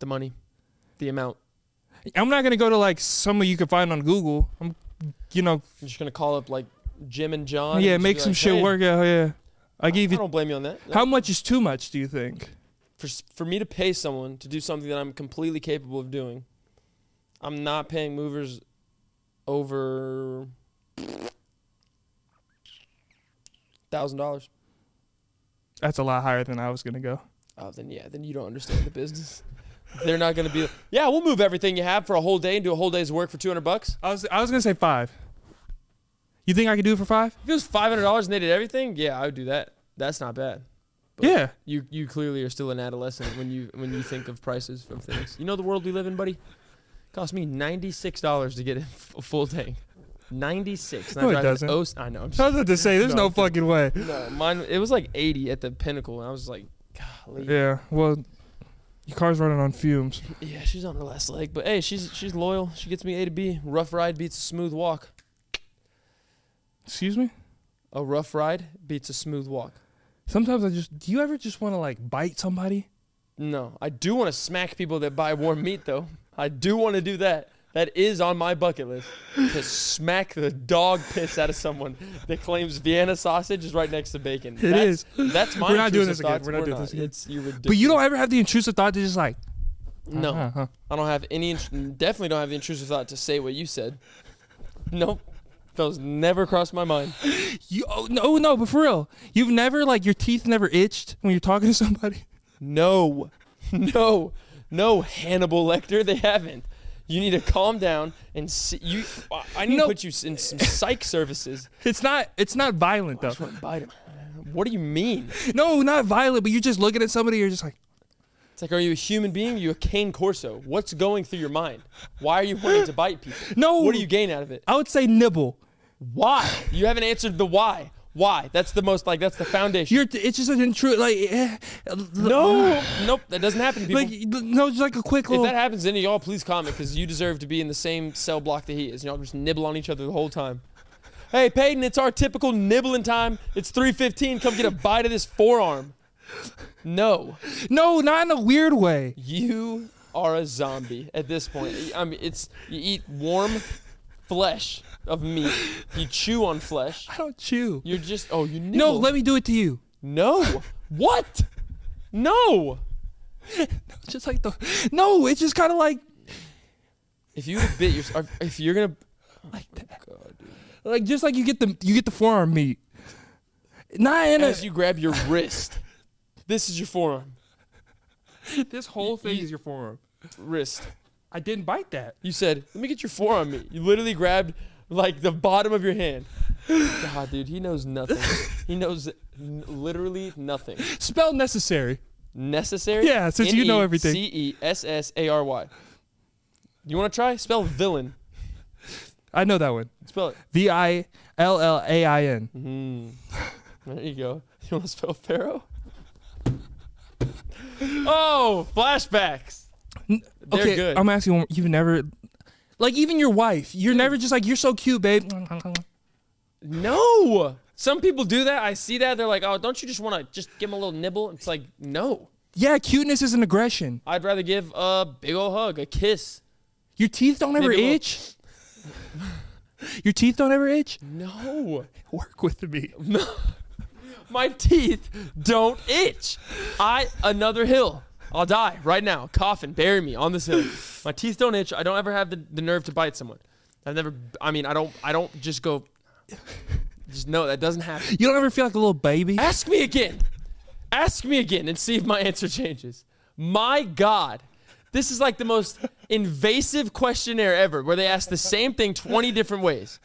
Speaker 5: The money, the amount.
Speaker 2: I'm not gonna go to like some of you can find on Google. I'm, you know,
Speaker 5: I'm just gonna call up like Jim and John.
Speaker 2: yeah,
Speaker 5: and just
Speaker 2: make
Speaker 5: be
Speaker 2: some
Speaker 5: like,
Speaker 2: shit
Speaker 5: "Hey,
Speaker 2: work out. Yeah, I
Speaker 5: I
Speaker 2: gave you.
Speaker 5: don't blame you on that.
Speaker 2: How much is too much? Do you think?
Speaker 5: for s- for me to pay someone to do something that I'm completely capable of doing, I'm not paying movers over thousand dollars.
Speaker 2: That's a lot higher than I was gonna go.
Speaker 5: Oh, then yeah, then you don't understand the business. They're not gonna be. Yeah, we'll move everything you have for a whole day and do a whole day's work for two hundred bucks.
Speaker 2: I was I was gonna say five. You think I could do it for five?
Speaker 5: If it was five hundred dollars and they did everything, yeah, I would do that. That's not bad. But-
Speaker 2: Yeah.
Speaker 5: You you clearly are still an adolescent when you when you think of prices of things. You know the world we live in, buddy. Cost me ninety six dollars to get a f- a full tank. Ninety six.
Speaker 2: No, it doesn't.
Speaker 5: Oh, I know. I'm
Speaker 2: I
Speaker 5: just,
Speaker 2: was about to say, there's no,
Speaker 5: No.
Speaker 2: fucking way.
Speaker 5: no, mine. It was like eighty at the pinnacle, and I was like, golly. Yeah.
Speaker 2: Yeah. Well, your car's running on fumes.
Speaker 5: she's on her last leg, but hey, she's she's loyal. She gets me A to B. Rough ride beats a smooth walk.
Speaker 2: Excuse me.
Speaker 5: A rough ride beats a smooth walk.
Speaker 2: Sometimes I just. Do you ever just want to like bite somebody?
Speaker 5: No, I do want to smack people that buy warm meat, though. I do want to do that. That is on my bucket list to smack the dog piss out of someone that claims Vienna sausage is right next to bacon.
Speaker 2: It
Speaker 5: that's,
Speaker 2: is.
Speaker 5: That's my.
Speaker 2: We're not doing
Speaker 5: intrusive
Speaker 2: this again.
Speaker 5: thoughts.
Speaker 2: We're not doing this again.
Speaker 5: It's, you're
Speaker 2: But you don't ever have the intrusive thought to just like.
Speaker 5: No,
Speaker 2: uh, huh.
Speaker 5: I don't have any. int- Definitely don't have the intrusive thought to say what you said. Nope, those never crossed my mind.
Speaker 2: You oh no no but for real you've never like your teeth never itched when you're talking to somebody.
Speaker 5: No, no, no, Hannibal Lecter, they haven't. You need to calm down and see. You, I- I need
Speaker 2: No.
Speaker 5: to put you s- in some psych services.
Speaker 2: It's not it's not violent though.
Speaker 5: Bite him. What do you mean?
Speaker 2: No, not violent. But you're just looking at somebody. You're just like
Speaker 5: It's like, are you a human being? Are you a cane corso? What's going through your mind? Why are you wanting to bite people?
Speaker 2: No.
Speaker 5: What do you gain out of it?
Speaker 2: I would say nibble.
Speaker 5: Why? You haven't answered the why. Why? That's the most like that's the foundation.
Speaker 2: You're it's just an intrusive like eh,
Speaker 5: no, nope, that doesn't happen, to people.
Speaker 2: like no just like a quick
Speaker 5: if
Speaker 2: little.
Speaker 5: that happens, then y'all please comment because you deserve to be in the same cell block that he is. Y'all just nibble on each other the whole time. Hey, Peyton, it's our typical nibbling time. It's 3:15. Come get a bite of this forearm. No,
Speaker 2: no, not in a weird way.
Speaker 5: you are a zombie at this point. I mean, it's you eat warm flesh of meat. You chew on flesh.
Speaker 2: I don't chew.
Speaker 5: You're just oh, you nibble.
Speaker 2: No, let me do it to you.
Speaker 5: No. What? No.
Speaker 2: Just like the no, it's just kind of like
Speaker 5: If you would've bit your, if you're gonna oh
Speaker 2: like that. Like just like you get the you get the forearm meat. Not in a,
Speaker 5: as you grab your wrist, this is your forearm.
Speaker 2: this whole thing is your forearm.
Speaker 5: wrist.
Speaker 2: I didn't bite that.
Speaker 5: You said, "Let me get your forearm meat." You literally grabbed like the bottom of your hand. God, dude, he knows nothing. he knows n- literally nothing.
Speaker 2: Spell necessary.
Speaker 5: Necessary.
Speaker 2: Yeah, since you know everything.
Speaker 5: C e s s a r y. You want to try? Spell villain.
Speaker 2: I know that one.
Speaker 5: Spell it.
Speaker 2: V I L L A I N.
Speaker 5: Mm. There you go. You want to spell pharaoh? Oh, flashbacks. They're
Speaker 2: Okay,
Speaker 5: good.
Speaker 2: I'm asking. one- You've never, like, even your wife. You're never just like you're so cute, babe.
Speaker 5: No. Some people do that. I see that. They're like, oh, don't you just want to just give him a little nibble? It's like, no.
Speaker 2: Yeah, cuteness is an aggression.
Speaker 5: I'd rather give a big ol' hug, a kiss.
Speaker 2: Your teeth don't ever
Speaker 5: Maybe a little-
Speaker 2: itch. your teeth don't ever itch.
Speaker 5: No.
Speaker 2: Work with me.
Speaker 5: My teeth don't itch. I, another hill. I'll die right now. Coffin, bury me on this hill. My teeth don't itch. I don't ever have the, the nerve to bite someone. I've never, I mean, I don't, I don't just go, just no, that doesn't happen. Ah,
Speaker 2: You don't ever feel like a little baby.
Speaker 5: Ask me again. Ask me again and see if my answer changes. My God. This is like the most invasive questionnaire ever where they ask the same thing 20 different ways.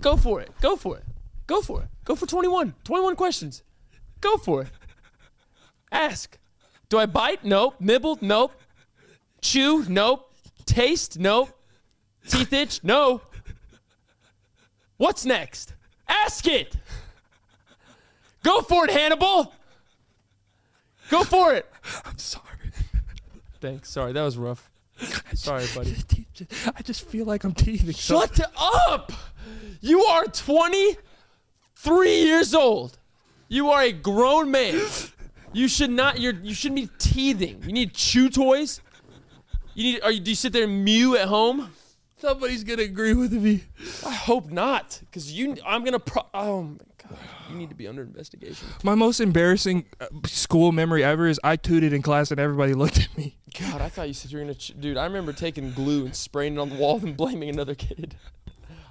Speaker 5: Go for it. Go for it. Go for it. Go for 21. 21 questions. Go for it. Ask. Do I bite? Nope. Nibble? Nope. Chew? Nope. Taste? Nope. Teeth itch? No. What's next? Ask it. Go for it, Hannibal. Go for it.
Speaker 1: I'm sorry.
Speaker 5: Thanks. Sorry, that was rough. Sorry, buddy.
Speaker 1: I just feel like I'm teething. so-
Speaker 5: Shut up! You are 23 years old. You are a grown man. You should not. You're. You shouldn't be teething. You need chew toys. You need. Are you? Do you sit there and mew at home?
Speaker 1: Somebody's gonna agree with me.
Speaker 5: I hope not, because you. I'm gonna. Pro- oh my god. You need to be under investigation.
Speaker 2: My most embarrassing uh, school memory ever is I tooted in class and everybody looked at me.
Speaker 5: God, I thought you said you were gonna. Ch- Dude, I remember taking glue and spraying it on the wall and blaming another kid.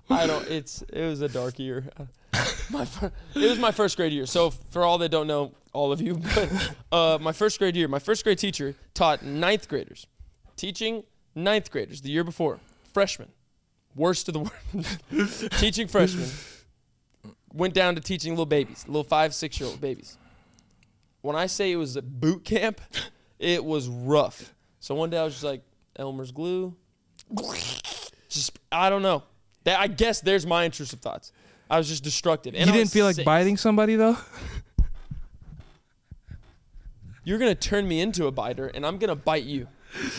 Speaker 5: I don't. It's. It was a dark year. My fir- it was my first grade year. So for all that don't know, all of you, but uh, my first grade year, my first grade teacher taught ninth graders, teaching ninth graders the year before, freshmen, worst of the worst, teaching freshmen. Went down to teaching little babies, little five, six year old babies. When I say it was a boot camp, it was rough. So one day I was just like Elmer's glue. Just I don't know. That I guess there's my intrusive thoughts. I was just destructive. And
Speaker 2: you
Speaker 5: I
Speaker 2: didn't
Speaker 5: was
Speaker 2: feel like
Speaker 5: six.
Speaker 2: biting somebody though?
Speaker 5: You're gonna turn me into a biter, and I'm gonna bite you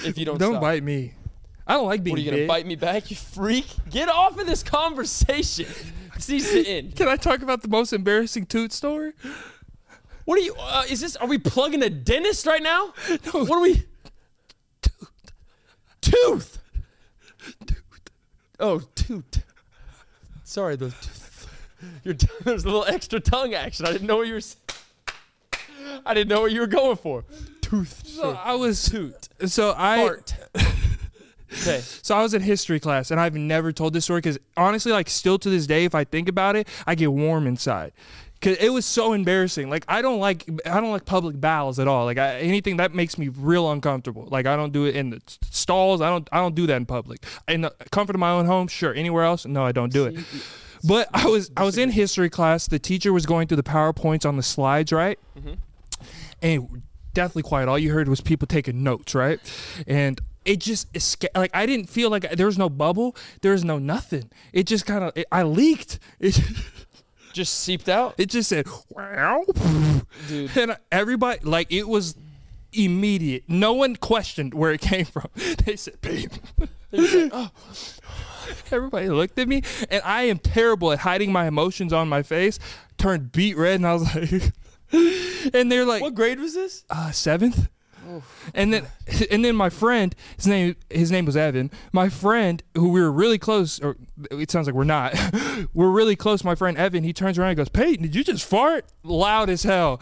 Speaker 5: if you don't.
Speaker 2: Don't
Speaker 5: stop.
Speaker 2: bite me. I don't like being
Speaker 5: What are you gonna
Speaker 2: bit.
Speaker 5: bite me back, you freak? Get off of this conversation. Cease to end.
Speaker 2: Can I talk about the most embarrassing toot story?
Speaker 5: What are you? Uh, is this? Are we plugging a dentist right now? What are we? Tooth. Tooth. Oh, toot. Sorry, the tooth. Your t- there's a little extra tongue action. I didn't know what you were. s- I didn't know what you were going for. Tooth.
Speaker 2: So I was
Speaker 5: Toot.
Speaker 2: So I
Speaker 5: Fart. Okay.
Speaker 2: so I was in history class and I've never told this story because honestly, like still to this day, if I think about it, I get warm inside. Cause it was so embarrassing. Like I don't like I don't like public bowels at all. Like I, anything that makes me real uncomfortable. Like I don't do it in the s- stalls. I don't I don't do that in public. In the comfort of my own home, sure. Anywhere else, no, I don't do it. But I was I was in history class. The teacher was going through the powerpoints on the slides, right? and deathly quiet. All you heard was people taking notes, right? And it just esca- like I didn't feel like there was no bubble, there was no nothing. It just kind of I leaked. It
Speaker 5: Just seeped out.
Speaker 2: it just said wow,
Speaker 5: Dude.
Speaker 2: and everybody like it was immediate. No one questioned where it came from. They said babe.
Speaker 5: "Oh."
Speaker 2: Everybody looked at me, and I am terrible at hiding my emotions on my face. Turned beet red, and I was like, and they're like,
Speaker 5: What grade was this?
Speaker 2: uh, seventh. And then, and then my friend, his name, his name was Evan. My friend, who we were really close, or it sounds like we're not, we're really close. My friend Evan, he turns around and goes, "Peyton, did you just fart?" Loud as hell.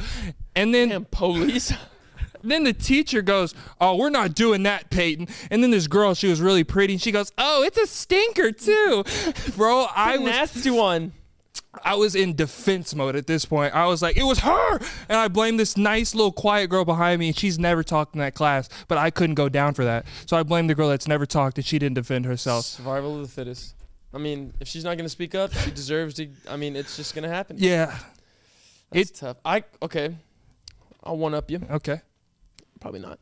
Speaker 2: And then,
Speaker 5: Damn police.
Speaker 2: then the teacher goes, "Oh, we're not doing that, Peyton." And then this girl, she was really pretty, and she goes, "Oh, it's a stinker too, bro." I
Speaker 5: I
Speaker 2: was
Speaker 5: nasty one.
Speaker 2: I was in defense mode at this point. I was like, it was her. And I blamed this nice little quiet girl behind me. And she's never talked in that class, but I couldn't go down for that. So I blamed the girl that's never talked and she didn't defend herself.
Speaker 5: Survival of the fittest. I mean, if she's not gonna speak up, she deserves to. I mean, it's just gonna happen.
Speaker 2: Yeah.
Speaker 5: it's
Speaker 2: it-
Speaker 5: tough. I okay. I'll one up you.
Speaker 2: Okay.
Speaker 5: Probably not.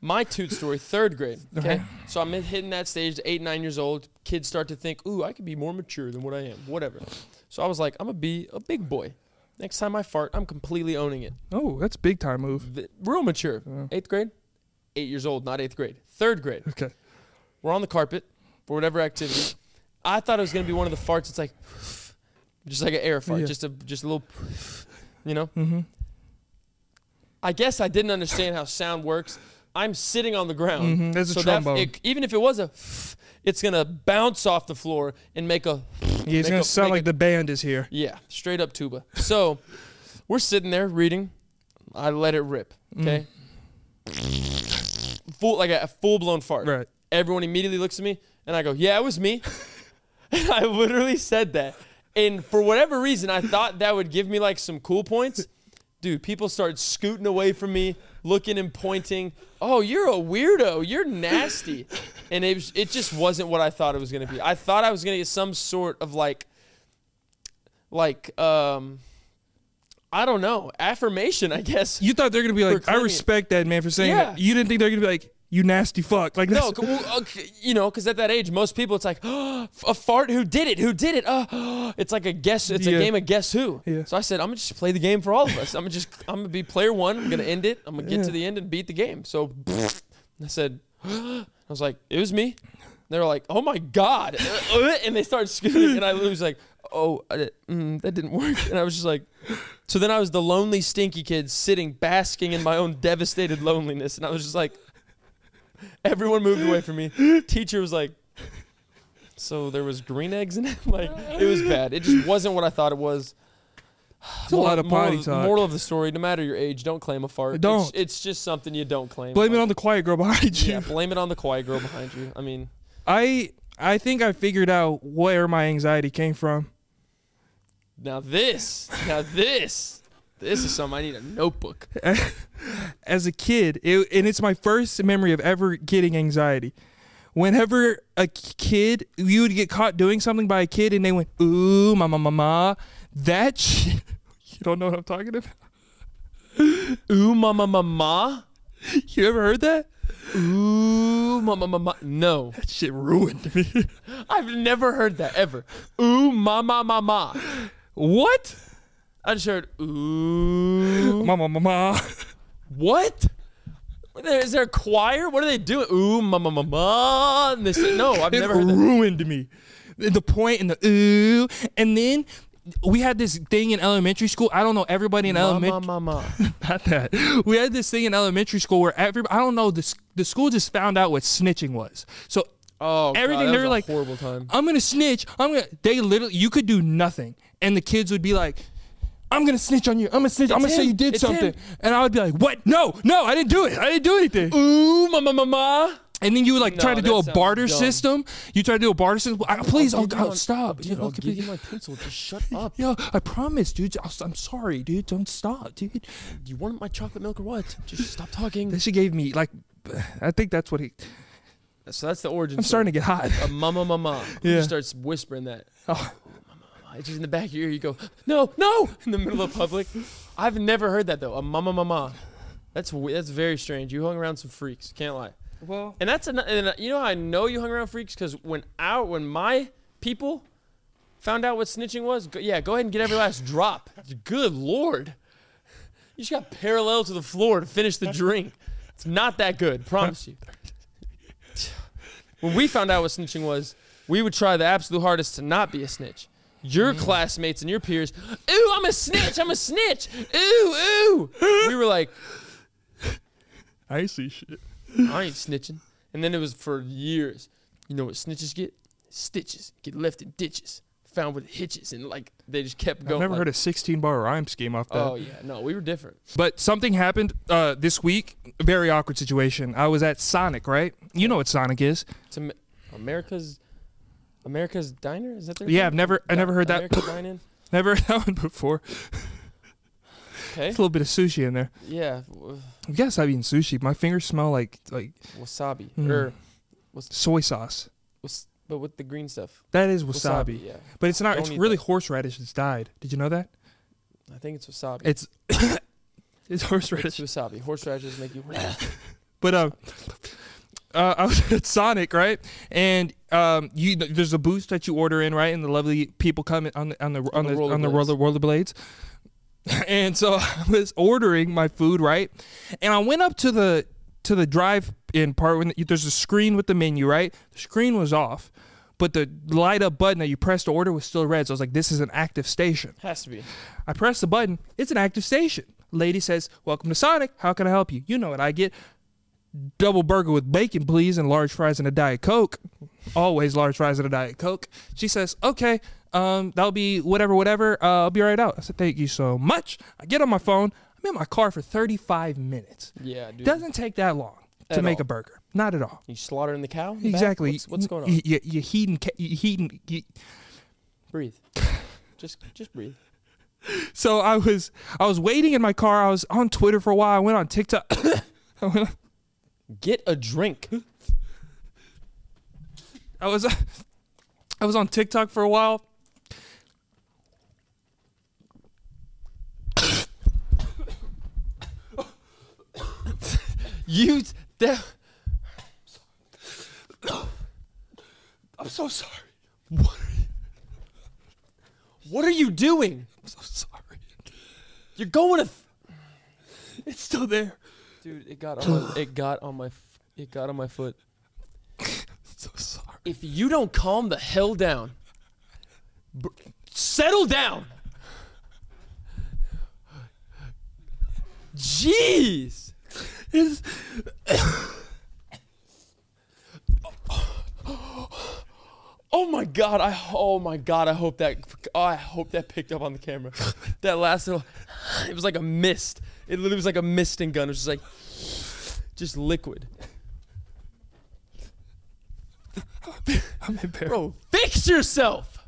Speaker 5: My toot story, third grade. Okay,
Speaker 2: Okay.
Speaker 5: so I'm hitting that stage, eight, nine years old. Kids start to think, "Ooh, I could be more mature than what I am." Whatever. So I was like, "I'm gonna be a big boy." Next time I fart, I'm completely owning it.
Speaker 2: Oh, that's big time move.
Speaker 5: V- Real mature. Eighth grade, eight years old, not eighth grade. Third grade.
Speaker 2: Okay.
Speaker 5: We're on the carpet for whatever activity. I thought it was gonna be one of the farts. It's like, just like an air fart,
Speaker 2: Yeah.
Speaker 5: just a just a little, you know.
Speaker 2: Mm-hmm.
Speaker 5: I guess I didn't understand how sound works. I'm sitting on the ground.
Speaker 2: Mhm, there's a
Speaker 5: so
Speaker 2: trombone.
Speaker 5: That, it, even if it was a, it's gonna bounce off the floor and make a
Speaker 2: Yeah, it's
Speaker 5: Make
Speaker 2: going
Speaker 5: a-
Speaker 2: to sound
Speaker 5: make
Speaker 2: like
Speaker 5: a-
Speaker 2: the band is here.
Speaker 5: yeah straight up tuba. So we're sitting there reading. I let it rip. Okay. Full like a, full blown fart.
Speaker 2: Right.
Speaker 5: Everyone immediately looks at me and I go, "Yeah, it was me." and I literally said that. And for whatever reason, I thought that would give me like some cool points. Dude, people start scooting away from me, looking and pointing. Oh, you're a weirdo. You're nasty. and it, was, it just wasn't what I thought it was going to be. I thought I was going to get some sort of like, like, um, I don't know, affirmation, I guess.
Speaker 2: You thought they're gonna be
Speaker 5: For
Speaker 2: like, I
Speaker 5: clinging.
Speaker 2: respect that man for saying that.
Speaker 5: Yeah.
Speaker 2: You didn't think they're gonna be like, you nasty fuck. Like
Speaker 5: No,
Speaker 2: that's,
Speaker 5: c- well, okay, you know, because at that age, most people, it's like a fart. Who did it? Who did it? Uh, it's like a guess. It's
Speaker 2: Yeah.
Speaker 5: a game of guess who.
Speaker 2: Yeah.
Speaker 5: So I said, I'm gonna just play the game for all of us. I'm gonna just, I'm gonna be player one. I'm gonna end it. I'm gonna get
Speaker 2: Yeah.
Speaker 5: to the end and beat the game. So I said, I was like, it was me. They were like, oh my god, Uh, uh, and they started scooting, and I was like, oh, I did- mm, that didn't work. And I was just like, so then I was the lonely stinky kid sitting basking in my own devastated loneliness, and I was just like. Everyone moved away from me. Teacher was like, "So there was green eggs in it." Like it was bad. It just wasn't what I thought it was.
Speaker 2: It's a lot of
Speaker 5: moral,
Speaker 2: potty talk.
Speaker 5: Moral of the story: No matter your age, don't claim a fart.
Speaker 2: Don't.
Speaker 5: It's, it's just something you don't claim.
Speaker 2: blame it
Speaker 5: Like,
Speaker 2: on the quiet girl behind you.
Speaker 5: Yeah, blame it on the quiet girl behind you. I mean,
Speaker 2: I I think I figured out where my anxiety came from.
Speaker 5: now this, now this, this is something I need a notebook.
Speaker 2: As a kid, it, and it's my first memory of ever getting anxiety. Whenever a kid, you would get caught doing something by a kid, and they went, "Ooh, ma ma ma ma," that shit. You don't know what I'm talking about.
Speaker 5: Ooh, mama, mama.
Speaker 2: You ever heard that?
Speaker 5: Ooh, mama, mama. No,
Speaker 2: That shit ruined me.
Speaker 5: I've never heard that ever. Ooh, mama, mama.
Speaker 2: what?
Speaker 5: I just heard ooh.
Speaker 2: Ma ma ma ma.
Speaker 5: What? There- Is there a choir? What are they doing? Ooh, ma ma ma ma. And they say, no, I've
Speaker 2: It
Speaker 5: never heard that.
Speaker 2: ruined me. The point and the ooh, and then we had this thing in elementary school. I don't know everybody in
Speaker 5: Ma ma
Speaker 2: elementary.
Speaker 5: ma ma.
Speaker 2: Not that we had this thing in elementary school where every I don't know this the school just found out what snitching was. So
Speaker 5: Oh,
Speaker 2: Everything,
Speaker 5: God, that
Speaker 2: they
Speaker 5: was
Speaker 2: were
Speaker 5: a
Speaker 2: like-
Speaker 5: horrible time.
Speaker 2: I'm gonna snitch. I'm gonna. They literally you could do nothing, and the kids would be like. I'm gonna snitch on you. I'm gonna snitch. I'm
Speaker 5: It's
Speaker 2: gonna say
Speaker 5: him.
Speaker 2: you did
Speaker 5: It's
Speaker 2: something,
Speaker 5: him.
Speaker 2: and I would be like, "What? No, no, I didn't do it. I didn't do anything."
Speaker 5: Ooh, ma ma ma ma.
Speaker 2: And then you would like try
Speaker 5: No,
Speaker 2: to do
Speaker 5: that
Speaker 2: a
Speaker 5: sounds
Speaker 2: barter
Speaker 5: dumb.
Speaker 2: system. You try to do a barter system. I, please, I'll,
Speaker 5: give you
Speaker 2: I'll
Speaker 5: my-
Speaker 2: stop.
Speaker 5: Dude, I'll
Speaker 2: Look,
Speaker 5: give oh, you
Speaker 2: you-
Speaker 5: my pencil. Just shut up.
Speaker 2: Yo, I promise, dude. I'll, I'm sorry, dude. Don't stop, dude.
Speaker 5: You want my chocolate milk or what? Just stop talking.
Speaker 2: That shit gave me like, I think that's what he.
Speaker 5: So that's the origin.
Speaker 2: I'm starting to get hot.
Speaker 5: A ma ma ma ma.
Speaker 2: Yeah.
Speaker 5: You starts whispering that.
Speaker 2: Oh.
Speaker 5: It's Just in the back of your ear, you go, no, no, in the middle of public. I've never heard that though. A mama, mama. That's we- that's very strange. You hung around some freaks. Can't lie.
Speaker 2: Well,
Speaker 5: And that's an, and uh, you know how I know you hung around freaks because when our when my people found out what snitching was, go, yeah, go ahead and get every last drop. Good lord, you just got parallel to the floor to finish the drink. It's not that good, promise you. When we found out what snitching was, we would try the absolute hardest to not be a snitch. Your classmates and your peers, ooh, I'm a snitch, I'm a snitch, ooh, ooh. We were like,
Speaker 1: I see shit.
Speaker 5: I ain't snitching. And then it was for years. You know what snitches get? Stitches. Get left in ditches. Found with hitches. And like they just kept going.
Speaker 2: I've never
Speaker 5: like,
Speaker 2: heard a 16 bar rhyme scheme off that.
Speaker 5: Oh yeah. No, we were different.
Speaker 2: But something happened uh, this week. Very awkward situation. I was at Sonic, right? You know what Sonic is?
Speaker 5: It's Am- America's America's Diner? Is that their
Speaker 2: Yeah,
Speaker 5: thing?
Speaker 2: I've never- I
Speaker 5: Di-
Speaker 2: never heard that.
Speaker 5: America's Dine-In?
Speaker 2: Never heard that one before.
Speaker 5: Okay.
Speaker 2: It's a little bit of sushi in there.
Speaker 5: Yeah. w-
Speaker 2: Yes, I've eaten sushi. My fingers smell like like
Speaker 5: Wasabi.
Speaker 2: Mm.
Speaker 5: Or
Speaker 2: soy sauce.
Speaker 5: was, but with the green stuff.
Speaker 2: That is wasabi.
Speaker 5: Yeah.
Speaker 2: But it's not.
Speaker 5: Don't
Speaker 2: it's
Speaker 5: eat
Speaker 2: really
Speaker 5: that.
Speaker 2: horseradish that's dyed. Did you know that?
Speaker 5: I think it's wasabi.
Speaker 2: It's it's
Speaker 5: It's
Speaker 2: horseradish.
Speaker 5: wasabi. Horseradishes make you
Speaker 2: But um, uh, I was at Sonic, right? And um, you there's a booth that you order in, right? And the lovely people come in on the on the on,
Speaker 5: the
Speaker 2: the, on the roller
Speaker 5: rollerblades.
Speaker 2: rollerblades. And so I was ordering my food, right? And I went up to the to the drive-in part when there's a screen with the menu, right? The screen was off, but the light up button that you pressed to order was still red. So I was like, "This is an active station."
Speaker 5: has to be.
Speaker 2: I press the button. It's an active station. Lady says, "Welcome to Sonic. How can I help you?" You know what I get? Double burger with bacon, please, and large fries and a diet coke. Always large fries and a diet coke. She says, "Okay, um, that'll be whatever, whatever. Uh, I'll be right out." I said, "Thank you so much." I get on my phone. I'm in my car for 35 minutes.
Speaker 5: Yeah, dude.
Speaker 2: Doesn't take that long to
Speaker 5: At
Speaker 2: make
Speaker 5: all.
Speaker 2: a burger. Not at all.
Speaker 5: you slaughtering the cow? in the back?
Speaker 2: Exactly.
Speaker 5: What's, what's going on?
Speaker 2: You, you, you heating, ca- you heating, you,
Speaker 5: Breathe. Just just breathe.
Speaker 2: so I was I was waiting in my car. I was on Twitter for a while. I went on TikTok. I, went on-
Speaker 5: Get a drink.
Speaker 2: I was uh, I was on TikTok for a while.
Speaker 5: You that,
Speaker 2: I'm so sorry.
Speaker 5: what are you doing?
Speaker 2: I'm so sorry.
Speaker 5: You're going to
Speaker 2: It's still there.
Speaker 5: Dude, it got on my, it got on my f- it got on my foot.
Speaker 2: So sorry.
Speaker 5: If you don't calm the hell down. br- settle down. Jeez.
Speaker 2: It's,
Speaker 5: Oh my god! I oh my god! I hope that oh, I hope that picked up on the camera. that last little, it was like a mist. It literally was like a misting gun. It was just like, just liquid.
Speaker 2: I'm embarrassed.
Speaker 5: Bro, fix yourself.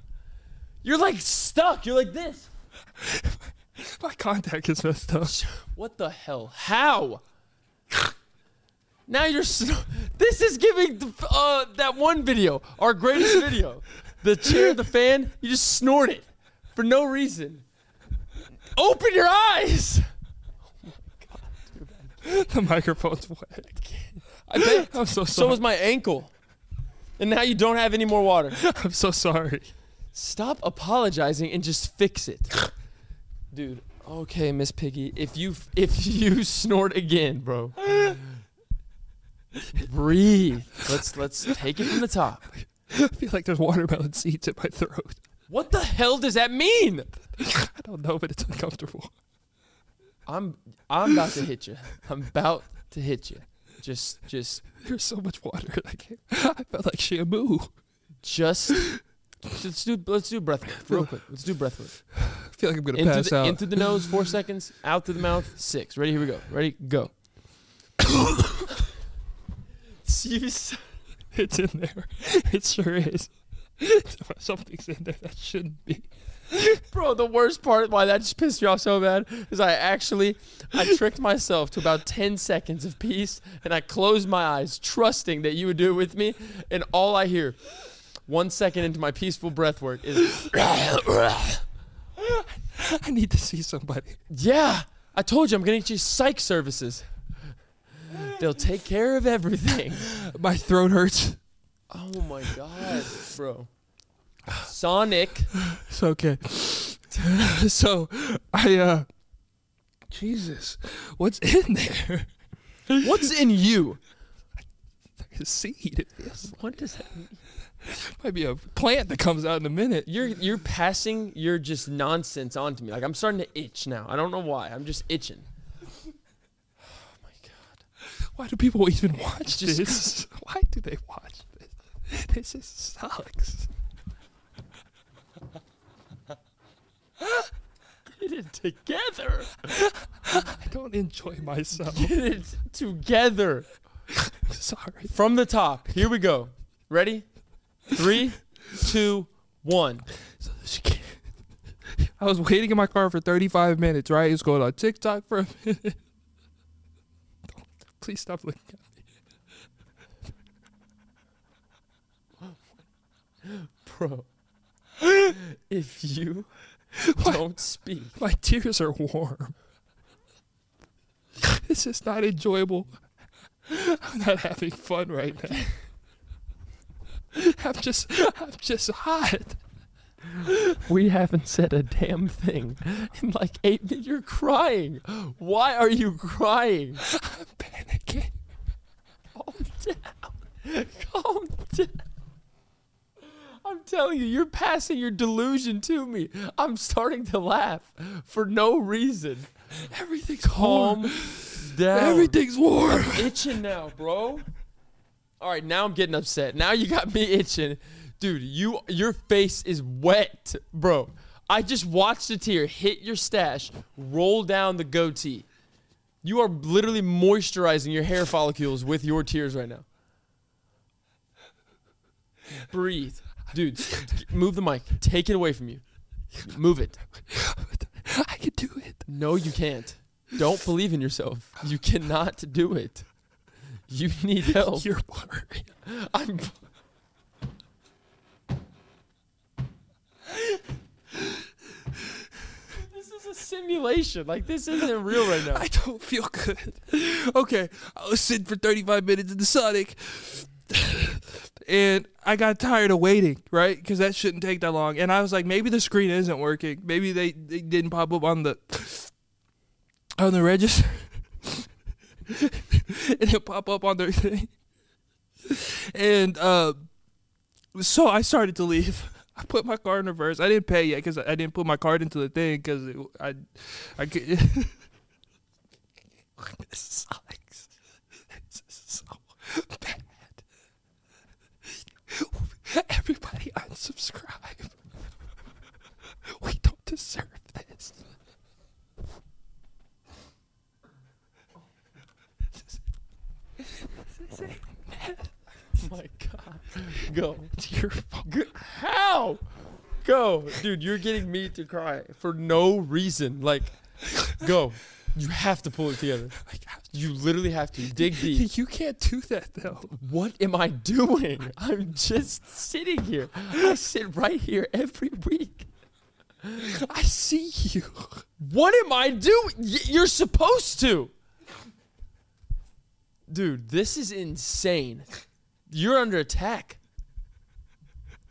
Speaker 5: You're like stuck. You're like this.
Speaker 2: My contact is messed up.
Speaker 5: What the hell? How? now you're. s this is giving the, f- uh, that one video our greatest video. The chair, the fan. You just snort it for no reason. Open your eyes.
Speaker 2: The microphone's wet.
Speaker 5: I bet.
Speaker 2: I'm so sorry.
Speaker 5: So was my ankle. And now you don't have any more water.
Speaker 2: I'm so sorry.
Speaker 5: Stop apologizing and just fix it. Dude, okay, Miss Piggy, if you if you snort again, bro. breathe. Let's let's take it from the top.
Speaker 2: I feel like there's watermelon seeds in my throat.
Speaker 5: What the hell does that mean?
Speaker 2: I don't know, but it's uncomfortable.
Speaker 5: I'm I'm about to hit you. I'm about to hit you. Just just
Speaker 2: There's so much water. I, can't, I felt like Shamu.
Speaker 5: just let's do let's do breath work real quick. Let's do breath work.
Speaker 2: I feel like I'm gonna
Speaker 5: into
Speaker 2: pass
Speaker 5: the,
Speaker 2: out.
Speaker 5: into the nose, four seconds. Out through the mouth, six. Ready? Here we go. Ready? Go. Jeez.
Speaker 2: it's in there. It sure is. Something's in there that shouldn't be.
Speaker 5: Bro, the worst part, why that just pissed me off so bad, is I actually, I tricked myself to about 10 seconds of peace, and I closed my eyes, trusting that you would do it with me, and all I hear, one second into my peaceful breath work, is,
Speaker 2: I need to see somebody.
Speaker 5: yeah, I told you I'm going to get you psych services. They'll take care of everything.
Speaker 2: My throat hurts.
Speaker 5: Oh my god, bro. Sonic.
Speaker 2: It's okay. so, I uh, Jesus, what's in there?
Speaker 5: What's in you?
Speaker 2: There's a seed. It feels
Speaker 5: What does that mean?
Speaker 2: might be a plant that comes out in a minute.
Speaker 5: You're you're passing your just nonsense on to me. Like I'm starting to itch now. I don't know why. I'm just itching.
Speaker 2: Why do people even watch
Speaker 5: Just-
Speaker 2: this? Why do they watch this? This just sucks.
Speaker 5: Get it together.
Speaker 2: I don't enjoy myself.
Speaker 5: Get it together.
Speaker 2: Sorry.
Speaker 5: From the top. Here we go. Ready? Three, two, one.
Speaker 2: She can't- I was waiting in my car for 35 minutes, right? It was going on TikTok for a minute. Don't- Please stop looking at me.
Speaker 5: Bro. If you don't speak.
Speaker 2: My tears are warm. It's just not enjoyable. I'm not having fun right now. I'm just, I'm just hot.
Speaker 5: We haven't said a damn thing in like eight minutes. You're crying. Why are you crying?
Speaker 2: I'm panicking.
Speaker 5: Calm down. Calm down. I'm telling you, you're passing your delusion to me. I'm starting to laugh for no reason.
Speaker 2: Everything's warm.
Speaker 5: Calm down.
Speaker 2: Everything's warm.
Speaker 5: itching now, bro. All right, now I'm getting upset. Now you got me itching, dude. You your face is wet, bro. I just watched a tear hit your stash, roll down the goatee. You are literally moisturizing your hair follicles with your tears right now. Breathe, dude. Move the mic. Take it away from you. Move it. No, you can't. Don't believe in yourself. You cannot do it. You need help.
Speaker 2: You're blurry.
Speaker 5: I'm This is a simulation. Like this isn't real right now.
Speaker 2: I don't feel good. Okay, I was sitting for 35 minutes in the Sonic, and I got tired of waiting, right? Because that shouldn't take that long. And I was like, maybe the screen isn't working. Maybe they, they didn't pop up on the on the register. it didn't pop up on their thing. And uh, so I started to leave. I put my card in reverse. I didn't pay yet because I I didn't put my card into the thing because I, I could. this sucks. This is so bad. Everybody unsubscribe. We don't deserve this.
Speaker 5: Oh my god. Go.
Speaker 2: It's your fault.
Speaker 5: How? Go. Dude, you're getting me to cry for no reason. Like, go. You have to pull it together. You literally have to dig deep.
Speaker 2: You can't do that though.
Speaker 5: What am I doing? I'm just sitting here. I sit right here every week.
Speaker 2: I see you.
Speaker 5: What am I doing? Y- you're supposed to. Dude, this is insane. You're under attack.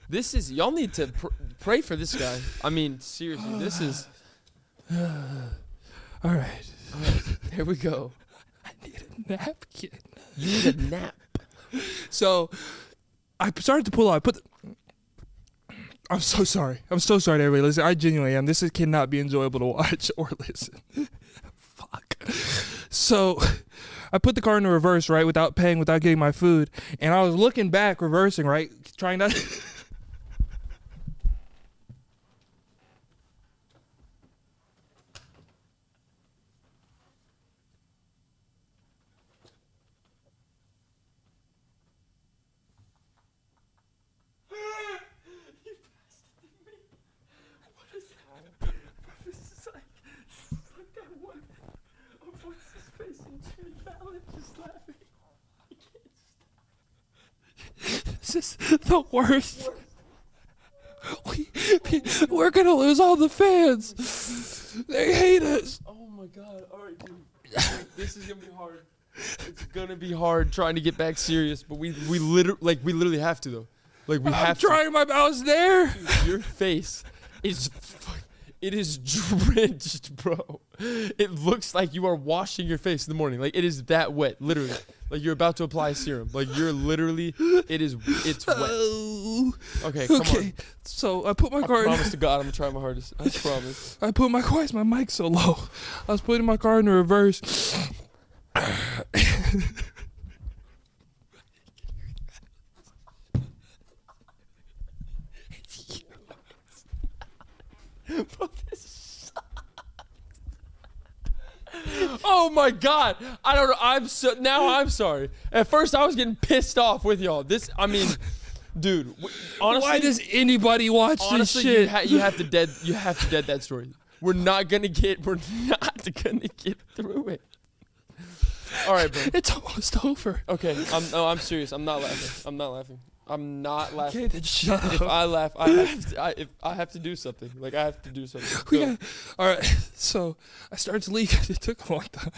Speaker 5: This is y'all need to pr- pray for this guy. I mean, seriously, this is
Speaker 2: All right.
Speaker 5: There we go.
Speaker 2: I need a napkin.
Speaker 5: You need a nap.
Speaker 2: So I started to pull out. I put. the- I'm so sorry. I'm so sorry to everybody. Listen, I genuinely am. This is, cannot be enjoyable to watch or listen. Fuck. So I put the car into reverse, right, without paying, without getting my food. And I was looking back, reversing, right, trying not. this is the worst. We, we're going to lose all the fans. They hate us.
Speaker 5: Oh my god. All right, dude. This is gonna be hard. It's gonna be hard trying to get back serious, but we we literally like we literally have to though. Like we
Speaker 2: I'm
Speaker 5: have
Speaker 2: trying my best there.
Speaker 5: to. Your face is fuck- it is drenched, bro. It looks like you are washing your face in the morning. Like it is that wet, literally. Like you're about to apply serum. Like you're literally it is it's wet.
Speaker 2: Oh.
Speaker 5: Okay, come
Speaker 2: Okay.
Speaker 5: on.
Speaker 2: So I put my
Speaker 5: I
Speaker 2: car in.
Speaker 5: promise to God I'm gonna try my hardest. I promise.
Speaker 2: I put my why is my mic so low? I was putting my car in reverse.
Speaker 5: Oh my god! I don't know. I'm so now. I'm sorry. At first, I was getting pissed off with y'all. This, I mean, dude. w- Honestly,
Speaker 2: Why does anybody watch
Speaker 5: honestly,
Speaker 2: this shit?
Speaker 5: You, ha- you have to dead. You have to dead that story. We're not gonna get. We're not gonna get through it. All right, bro.
Speaker 2: it's almost over.
Speaker 5: Okay. I'm. No, I'm serious. I'm not laughing. I'm not laughing. I'm not laughing.
Speaker 2: Okay, then shut
Speaker 5: If
Speaker 2: up.
Speaker 5: I laugh, I have to. I, if I have to do something. Like I have to do something.
Speaker 2: We
Speaker 5: Go.
Speaker 2: got, all right. So I started to leak. It took a long time.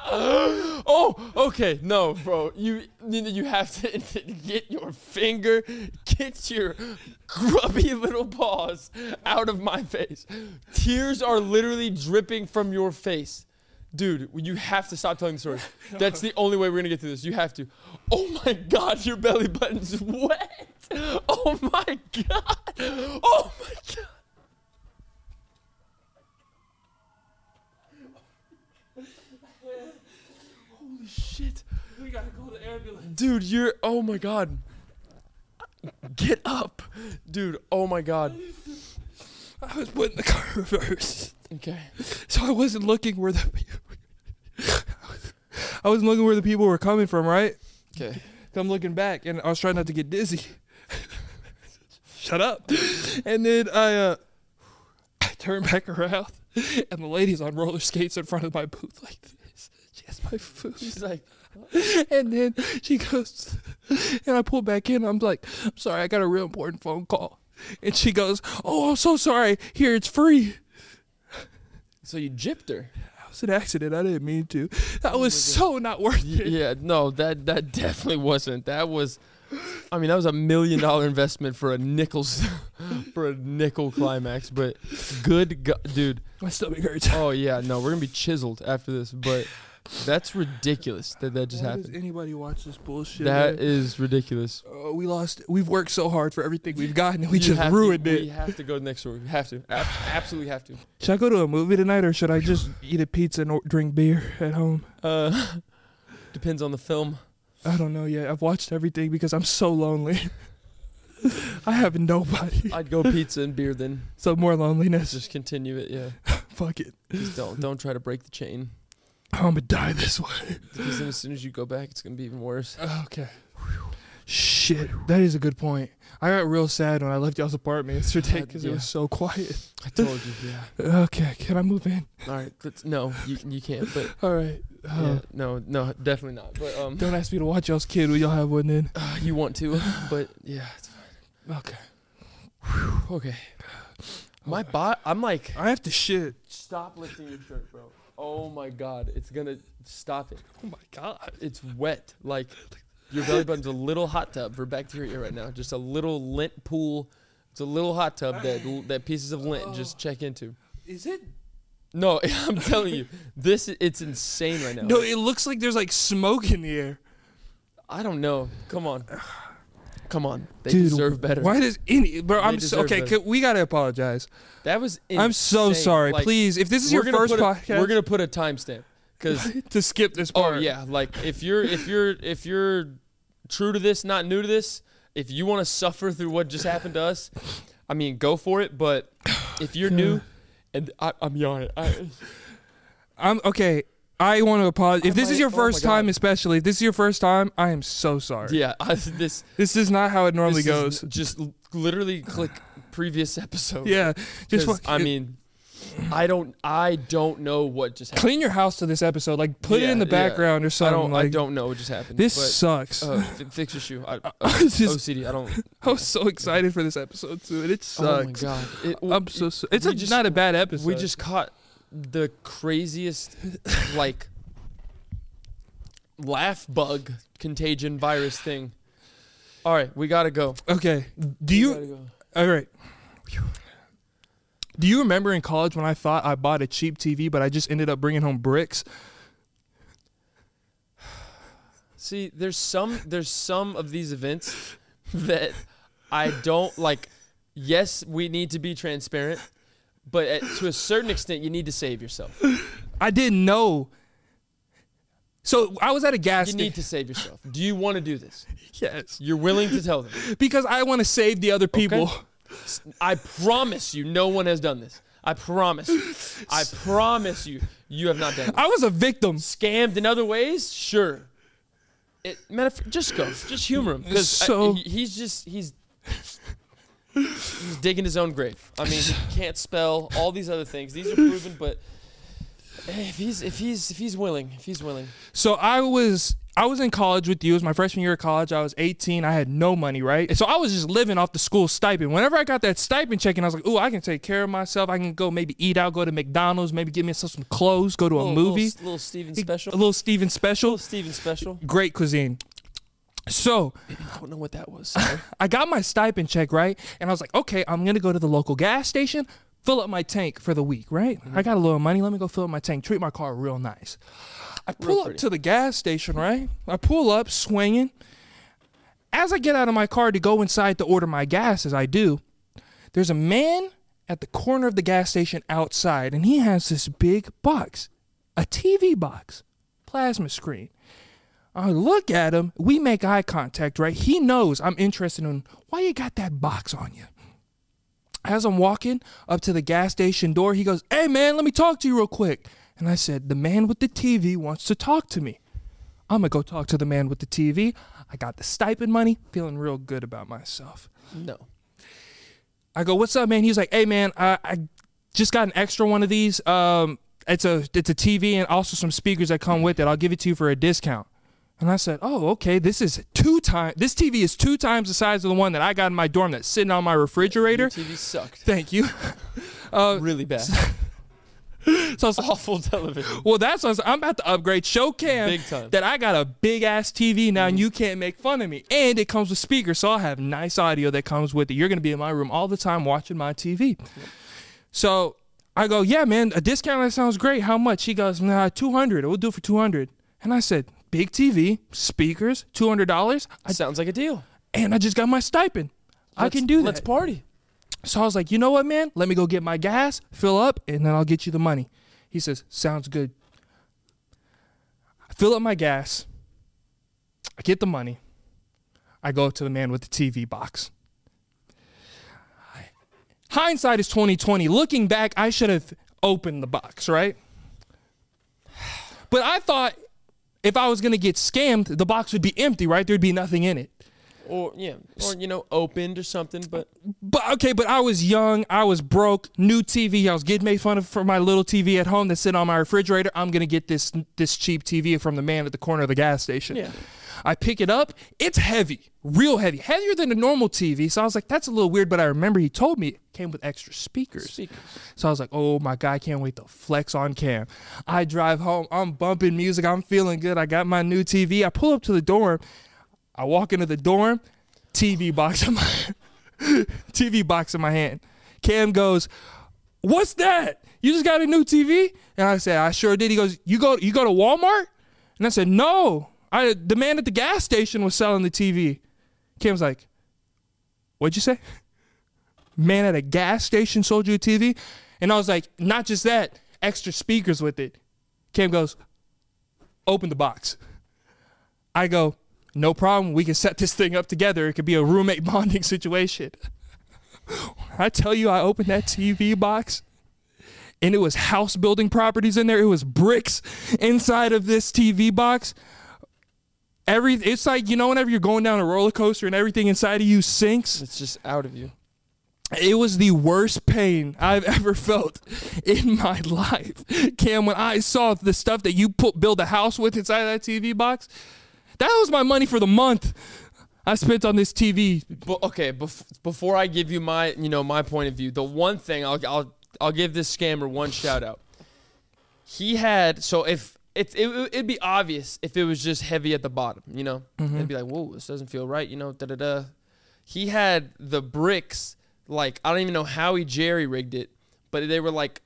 Speaker 5: Oh, okay. No, bro. You you you have to get your finger, get your grubby little paws out of my face. Tears are literally dripping from your face. Dude, you have to stop telling the story. That's the only way we're gonna get through this. You have to. Oh my god, your belly button's wet. Oh my god. Oh my god. Holy shit.
Speaker 2: We gotta call the ambulance.
Speaker 5: Dude, you're. Oh my god. Get up. Dude, oh my god.
Speaker 2: I was putting the car in reverse.
Speaker 5: Okay.
Speaker 2: So I wasn't looking where the I wasn't looking where the people were coming from, right?
Speaker 5: Okay.
Speaker 2: So I'm looking back and I was trying not to get dizzy. Shut up. And then I uh I turn back around and the lady's on roller skates in front of my booth like this. She has my food.
Speaker 5: She's like,
Speaker 2: And then she goes and I pull back in. I'm like, I'm sorry, I got a real important phone call. And she goes, Oh, I'm so sorry. Here, it's free.
Speaker 5: so you gypped her.
Speaker 2: That was an accident. I didn't mean to. That
Speaker 5: Oh
Speaker 2: was
Speaker 5: my
Speaker 2: so not worth
Speaker 5: Y-
Speaker 2: it.
Speaker 5: yeah, no, that that definitely wasn't. That was, I mean, that was a million dollar investment for a nickel, s- for a nickel climax. But good, go- dude.
Speaker 2: My stomach hurts.
Speaker 5: Oh yeah, no, we're gonna be chiseled after this. But that's ridiculous that that just
Speaker 2: Why
Speaker 5: happened.
Speaker 2: Does anybody watch this bullshit?
Speaker 5: That
Speaker 2: man?
Speaker 5: is ridiculous.
Speaker 2: Oh, we lost. We've worked so hard for everything we've gotten, and we
Speaker 5: You
Speaker 2: just
Speaker 5: have to-
Speaker 2: ruined
Speaker 5: We
Speaker 2: it.
Speaker 5: have to go next door. We have to. Ab- absolutely have to.
Speaker 2: Should I go to a movie tonight, or should I just eat a pizza and or- drink beer at home?
Speaker 5: Uh, depends on the film.
Speaker 2: I don't know yet. I've watched everything because I'm so lonely. I have nobody.
Speaker 5: I'd go pizza and beer then.
Speaker 2: So more loneliness.
Speaker 5: Just continue it. Yeah.
Speaker 2: Fuck it.
Speaker 5: Just don't don't try to break the chain.
Speaker 2: I'm gonna die this way.
Speaker 5: Because then as soon as you go back, it's gonna be even worse.
Speaker 2: Oh, Okay. Shit, that is a good point. I got real sad when I left y'all's apartment yesterday
Speaker 5: God,
Speaker 2: because it
Speaker 5: yeah.
Speaker 2: was so quiet.
Speaker 5: I told you. Yeah.
Speaker 2: Okay, can I move in?
Speaker 5: All right. Let's, no, you, you can't. But
Speaker 2: All right. Uh,
Speaker 5: yeah, no, no, definitely not. But um,
Speaker 2: Don't ask me to watch y'all's kid. Will y'all have one then?
Speaker 5: uh, you want to? But yeah, it's fine.
Speaker 2: Okay.
Speaker 5: Whew, okay. My bot. I'm like,
Speaker 2: I have to shit.
Speaker 5: stop lifting your shirt, bro. Oh my God, it's gonna stop it.
Speaker 2: Oh my god.
Speaker 5: It's wet. Like your belly button's a little hot tub for bacteria right now. Just a little lint pool. It's a little hot tub that that pieces of
Speaker 2: Oh.
Speaker 5: lint just check into.
Speaker 2: Is it?
Speaker 5: No, I'm telling you, this it's insane right now.
Speaker 2: No, it looks like there's like smoke in the air.
Speaker 5: I don't know. Come on, come on. They
Speaker 2: Dude,
Speaker 5: deserve better.
Speaker 2: Why does any bro? I'm so,
Speaker 5: deserve
Speaker 2: okay.
Speaker 5: better.
Speaker 2: Can, we gotta apologize.
Speaker 5: That was. Insane.
Speaker 2: I'm so sorry.
Speaker 5: Like,
Speaker 2: Please, if this is
Speaker 5: we're
Speaker 2: your
Speaker 5: gonna
Speaker 2: first
Speaker 5: put a-
Speaker 2: podcast,
Speaker 5: We're gonna put a timestamp because
Speaker 2: to skip this
Speaker 5: oh
Speaker 2: part.
Speaker 5: yeah, like if you're if you're if you're true to this, not new to this, if you want to suffer through what just happened to us, I mean, go for it. But if you're new, and I, I'm yawning. I,
Speaker 2: I'm okay. I want to apologize. If
Speaker 5: I
Speaker 2: this
Speaker 5: might-
Speaker 2: is your
Speaker 5: oh my
Speaker 2: first time,
Speaker 5: God.
Speaker 2: especially if this is your first time, I am so sorry.
Speaker 5: yeah, I, this
Speaker 2: This is not how it normally
Speaker 5: this is
Speaker 2: goes.
Speaker 5: Just l- literally click previous episode.
Speaker 2: yeah. Just
Speaker 5: 'Cause,
Speaker 2: fuck-
Speaker 5: I mean, I don't I don't know what just happened.
Speaker 2: clean your house to this episode. Like put it
Speaker 5: Yeah,
Speaker 2: in the
Speaker 5: yeah.
Speaker 2: background or
Speaker 5: I
Speaker 2: something.
Speaker 5: don't I
Speaker 2: like,
Speaker 5: don't know what just happened.
Speaker 2: This
Speaker 5: but,
Speaker 2: sucks.
Speaker 5: uh, fi- fix your shoe. I, uh,
Speaker 2: I was just-
Speaker 5: OCD. I don't.
Speaker 2: I was so excited for this episode too, and it
Speaker 5: Oh my
Speaker 2: sucks.
Speaker 5: god. It,
Speaker 2: I'm so so. It's
Speaker 5: we
Speaker 2: a,
Speaker 5: just-
Speaker 2: not a bad episode.
Speaker 5: we just caught the craziest like laugh bug contagion virus thing. All right, we gotta go.
Speaker 2: okay. Do
Speaker 5: We
Speaker 2: you?
Speaker 5: gotta go.
Speaker 2: All right. Do you remember in college when I thought I bought a cheap TV, but I just ended up bringing home bricks?
Speaker 5: See, there's some there's some of these events that I don't like. Yes, we need to be transparent, but at, to a certain extent, you need to save yourself.
Speaker 2: I didn't know. So I was at a gas
Speaker 5: You
Speaker 2: station.
Speaker 5: need to save yourself. Do you want to do this?
Speaker 2: yes,
Speaker 5: You're willing to tell them.
Speaker 2: because I want to save the other people.
Speaker 5: I promise you, no one has done this. I promise. You. I promise you, you have not done it.
Speaker 2: I was a victim.
Speaker 5: Scammed in other ways, sure. It matter of, just go, just humor him because
Speaker 2: So-
Speaker 5: he's just he's he's digging his own grave. I mean, he can't spell. All these other things. These are proven, but. eh, If he's if he's if he's willing, if he's willing,
Speaker 2: So I was I was in college with you. It was my freshman year of college. I was 18. I had no money, right? And so I was just living off the school stipend. Whenever I got that stipend check, and I was like, "Ooh, I can take care of myself. I can go maybe eat out, go to McDonald's, maybe get myself some clothes, go to a
Speaker 5: Oh, Little-
Speaker 2: movie,
Speaker 5: little, little Steven special,
Speaker 2: a little Steven special,
Speaker 5: little Steven special.
Speaker 2: great cuisine." So
Speaker 5: I don't know what that was. sorry.
Speaker 2: I got my stipend check, right? And I was like, okay, I'm gonna go to the local gas station, fill up my tank for the week, right? I got a little money, let me go fill up my tank, treat my car real nice. I pull up
Speaker 5: pretty.
Speaker 2: to the gas station, right? I pull up swinging. As I get out of my car to go inside to order my gas, as I do, there's a man at the corner of the gas station outside, and he has this big box, a TV box, plasma screen. I look at him. We make eye contact, right? He knows I'm interested in why you got that box on you. As I'm walking up to the gas station door, he goes, Hey man, let me talk to you real quick. And I said, The man with the TV wants to talk to me. I'm gonna go talk to the man with the TV. I got the stipend money, feeling real good about myself.
Speaker 5: No.
Speaker 2: I go, "What's up, man?" He's like, "Hey, man, I, I just got an extra one of these. Um, it's a it's a TV and also some speakers that come with it. I'll give it to you for a discount." And I said, "Oh, okay. This is two times. This TV is two times the size of the one that I got in my dorm that's sitting on my refrigerator.
Speaker 5: Your TV sucked.
Speaker 2: Thank you." Uh,
Speaker 5: Really bad.
Speaker 2: so I was like,
Speaker 5: Awful television.
Speaker 2: well, that's what I was- I'm about to upgrade Showcam.
Speaker 5: Big time. Mm-hmm.
Speaker 2: That I got a big ass TV now, and you can't make fun of me. And it comes with speakers, so I'll have nice audio that comes with it. You're gonna be in my room all the time watching my TV. So I go, yeah, man, a discount that sounds great. How much? He goes, nah, two hundred. We'll do it for two hundred. And I said, big TV, speakers, two hundred dollars,
Speaker 5: Sounds like a deal.
Speaker 2: and I just got my stipend. I
Speaker 5: Let's-
Speaker 2: can do that.
Speaker 5: Let's party.
Speaker 2: So I was like, you know what, man? Let me go get my gas, fill up, and then I'll get you the money. He says, sounds good. I fill up my gas. I get the money. I go up to the man with the TV box. Hindsight is 2020. Looking back, I should have opened the box, right? But I thought if I was going to get scammed, the box would be empty, right? There'd be nothing in it.
Speaker 5: Or yeah. Or you know, opened or something, but
Speaker 2: But okay, but I was young, I was broke, new TV. I was getting made fun of for my little TV at home that's sitting on my refrigerator. I'm gonna get this this cheap TV from the man at the corner of the gas station.
Speaker 5: Yeah.
Speaker 2: I pick it up. It's heavy, real heavy, heavier than a normal TV. So I was like, that's a little weird. But I remember he told me it came with extra speakers.
Speaker 5: speakers.
Speaker 2: So I was like, oh my God, I can't wait to flex on cam. I drive home, I'm bumping music, I'm feeling good. I got my new TV. I pull up to the dorm. I walk into the dorm, TV box in my TV box in my hand. Cam goes, What's that? You just got a new TV? And I said, I sure did. He goes, You go you go to Walmart? And I said, No. I the man at the gas station was selling the TV. Cam's like, What'd you say? man at a gas station sold you a TV? And I was like, not just that, extra speakers with it. Cam goes, open the box. I go, no problem. We can set this thing up together. It could be a roommate bonding situation. I tell you, I opened that TV box and it was house building properties in there. It was bricks inside of this TV box. Every, it's like, you know, whenever you're going down a roller coaster and everything inside of you sinks.
Speaker 5: It's just out of you.
Speaker 2: It was the worst pain I've ever felt in my life. Cam, when I saw the stuff that you put build a house with inside that TV box, that was my money for the month I spent on this TV.
Speaker 5: But okay, bef- before I give you my, you know, my point of view, the one thing I'll I'll I'll give this scammer one shout out. He had so if it, it it'd be obvious if it was just heavy at the bottom, you know,
Speaker 2: Mm-hmm.
Speaker 5: it'd be like, whoa, this doesn't feel right, you know, da da da. He had the bricks like I don't even know how he jerry rigged it, but they were like,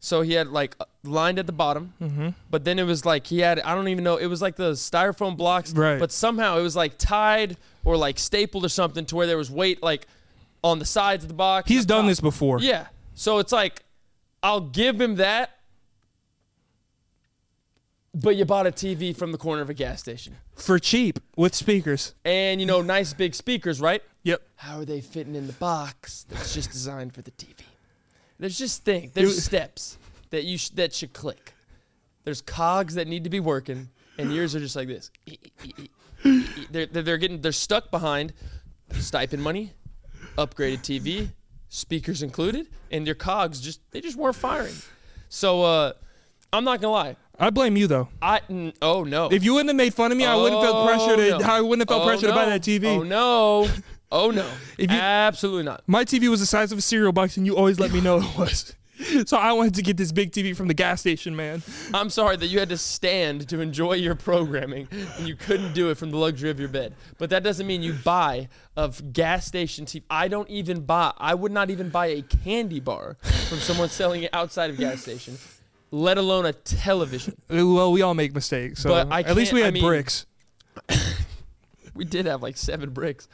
Speaker 5: so he had like uh, lined at the bottom,
Speaker 2: Mm-hmm.
Speaker 5: but then it was like he had I don't even know it was like the styrofoam blocks,
Speaker 2: Right.
Speaker 5: But somehow it was like tied or like stapled or something to where there was weight like on the sides of the box.
Speaker 2: He's
Speaker 5: and the
Speaker 2: done
Speaker 5: top.
Speaker 2: this before.
Speaker 5: Yeah. So it's like, I'll give him that. But you bought a TV from the corner of a gas station.
Speaker 2: For cheap with speakers.
Speaker 5: And, you know, nice big speakers, right?
Speaker 2: Yep.
Speaker 5: How are they fitting in the box that's just designed for the TV? There's just things, there's
Speaker 2: Dude.
Speaker 5: steps that you sh- that should click. There's cogs that need to be working, and yours are just like this. E, They're, they're, they're getting they're stuck behind stipend money, upgraded TV, speakers included, and your cogs just they just weren't firing. So uh, I'm not gonna lie,
Speaker 2: I blame you though.
Speaker 5: I n- oh no.
Speaker 2: If you wouldn't have made fun of me, I wouldn't have felt pressure to
Speaker 5: Oh, no.
Speaker 2: I wouldn't have felt
Speaker 5: Oh,
Speaker 2: pressure to buy
Speaker 5: no.
Speaker 2: that TV.
Speaker 5: Oh no. Oh no.
Speaker 2: If you-
Speaker 5: Absolutely not.
Speaker 2: My TV was the size of a cereal box and you always let me know it was. So I wanted to get this big TV from the gas station, man.
Speaker 5: I'm sorry that you had to stand to enjoy your programming and you couldn't do it from the luxury of your bed. But that doesn't mean you buy a f- gas station TV. I don't even buy, I would not even buy a candy bar from someone selling it outside of a gas station, let alone a television.
Speaker 2: Uh, Well, we all make mistakes. So
Speaker 5: But I
Speaker 2: at least
Speaker 5: can't-
Speaker 2: we
Speaker 5: I
Speaker 2: had
Speaker 5: mean-
Speaker 2: bricks.
Speaker 5: we did have like seven bricks,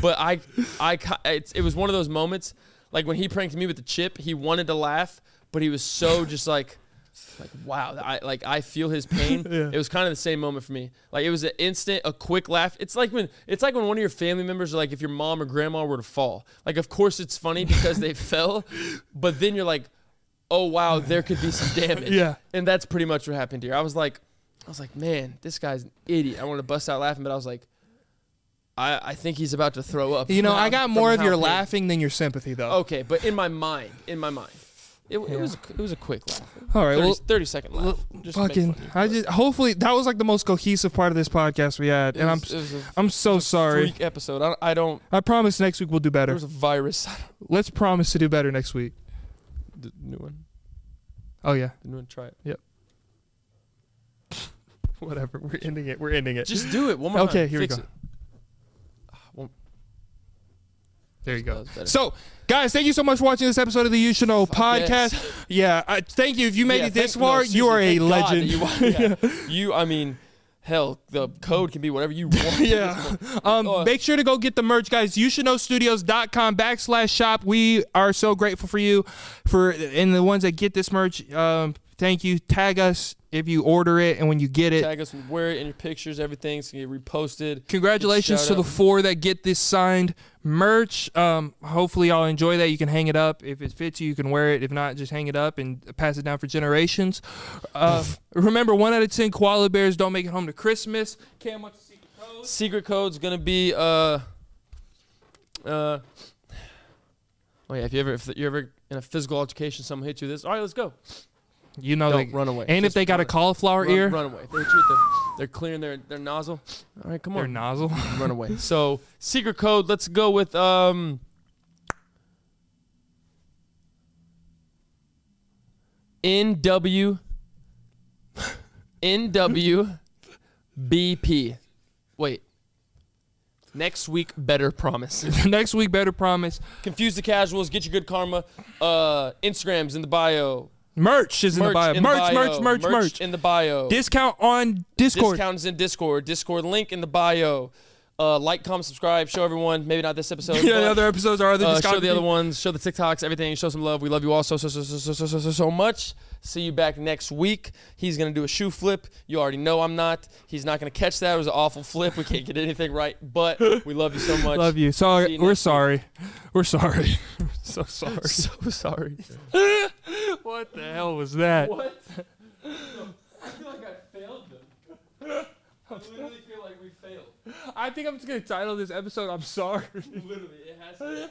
Speaker 5: but I, I, ca- it's, it was one of those moments, like when he pranked me with the chip. He wanted to laugh, but he was so just like, Like wow, I like I feel his pain.
Speaker 1: Yeah.
Speaker 5: It was kind of the same moment for me. Like it was an instant, a quick laugh. It's like when it's like when one of your family members, like if your mom or grandma were to fall. Like of course it's funny because they fell, but then you're like, oh wow, there could be some damage.
Speaker 1: Yeah.
Speaker 5: and that's pretty much what happened here. I was like, I was like, man, this guy's an idiot. I wanted to bust out laughing, but I was like, I I think he's about to throw up.
Speaker 2: You know,
Speaker 5: from
Speaker 2: I
Speaker 5: how-
Speaker 2: got
Speaker 5: from
Speaker 2: more of
Speaker 5: how
Speaker 2: your
Speaker 5: pain-
Speaker 2: laughing than your sympathy, though.
Speaker 5: Okay, but in my mind, in my mind, it, it was it was a quick laugh.
Speaker 2: All right,
Speaker 5: 30,
Speaker 2: well,
Speaker 5: 30 second laugh. Just to make
Speaker 2: fucking.
Speaker 5: fun of you.
Speaker 2: I just hopefully that was like the most cohesive part of this podcast we had,
Speaker 5: It
Speaker 2: and I'm
Speaker 5: was- it was a
Speaker 2: I'm so sorry.
Speaker 5: freak episode. I don't, I don't.
Speaker 2: I promise next week we'll do
Speaker 5: There
Speaker 2: better.
Speaker 5: was a virus.
Speaker 2: Let's promise to do better next week.
Speaker 5: the new one.
Speaker 2: Oh yeah,
Speaker 5: The new one. Try it.
Speaker 2: whatever. We're ending it. We're ending it.
Speaker 5: Just do it one more time.
Speaker 2: Okay, here we
Speaker 5: Fix
Speaker 2: go.
Speaker 5: it. Ah, one-
Speaker 2: there you
Speaker 5: that
Speaker 2: go.
Speaker 5: was better.
Speaker 2: So, guys, thank you so much for watching this episode of the You Should Know podcast.
Speaker 5: yes.
Speaker 2: Yeah, I, thank you. If you made
Speaker 5: Yeah,
Speaker 2: it this
Speaker 5: thank- no,
Speaker 2: far, you are a
Speaker 5: seriously, thank God that
Speaker 2: legend.
Speaker 5: You, yeah. you, I mean, hell, the code can be whatever you want.
Speaker 2: Yeah. Um,
Speaker 5: Uh,
Speaker 2: make sure to go get the merch, guys. You should know studios.com backslash shop. We are so grateful for you for and the ones that get this merch. Um, thank you. Tag us if you order it and when you get it.
Speaker 5: Tag us and wear it in your pictures. Everything's gonna get reposted.
Speaker 2: Congratulations
Speaker 5: Shout
Speaker 2: to the
Speaker 5: out.
Speaker 2: four that get this signed merch. Um, hopefully, y'all enjoy that. You can hang it up. If it fits you, you can wear it. If not, just hang it up and pass it down for generations. Uh, remember, one out of 10 koala bears don't make it home to Christmas. Cam, what's the secret code?
Speaker 5: Secret code's gonna be uh uh Oh yeah, if you ever if you're ever in a physical altercation, someone hits you with this. All right, let's go.
Speaker 2: You know,
Speaker 5: Don't
Speaker 2: they,
Speaker 5: run away.
Speaker 2: and if
Speaker 5: Just
Speaker 2: they got a
Speaker 5: run-
Speaker 2: cauliflower
Speaker 5: run,
Speaker 2: ear,
Speaker 5: run away. If they hit you with the- they're clearing their their nozzle. All right, come
Speaker 2: their
Speaker 5: on,
Speaker 2: nozzle.
Speaker 5: run away. So secret code. Let's go with um. NW NW BP. Wait. Next week, better promise.
Speaker 2: Next week, better promise.
Speaker 5: Confuse the casuals. Get your good karma. Uh, Instagrams in the bio.
Speaker 2: Merch is in the bio.
Speaker 5: in the
Speaker 2: merch,
Speaker 5: bio.
Speaker 2: merch, merch, merch,
Speaker 5: in the bio.
Speaker 2: Discount on Discord.
Speaker 5: Discount is in Discord. Discord link in the bio. Uh, like, comment, subscribe. Show everyone. Maybe not this episode.
Speaker 2: Yeah,
Speaker 5: but,
Speaker 2: the other episodes are other
Speaker 5: uh,
Speaker 2: discount.
Speaker 5: show the other ones. Show the TikToks. Everything. Show some love. We love you all so so so so so so so so, so much. See you back next week. He's gonna do a shoe flip. You already know I'm not. He's not gonna catch that. It was an awful flip. We can't get anything right. But we love you so much.
Speaker 2: Love you.
Speaker 5: See
Speaker 2: Sorry,
Speaker 5: you
Speaker 2: we're
Speaker 5: next
Speaker 2: sorry. We're sorry. We're so sorry.
Speaker 5: So sorry.
Speaker 2: what the hell was that?
Speaker 5: What? I feel like I failed them. I literally feel like we failed.
Speaker 2: I think I'm just gonna title this episode. I'm sorry.
Speaker 5: Literally.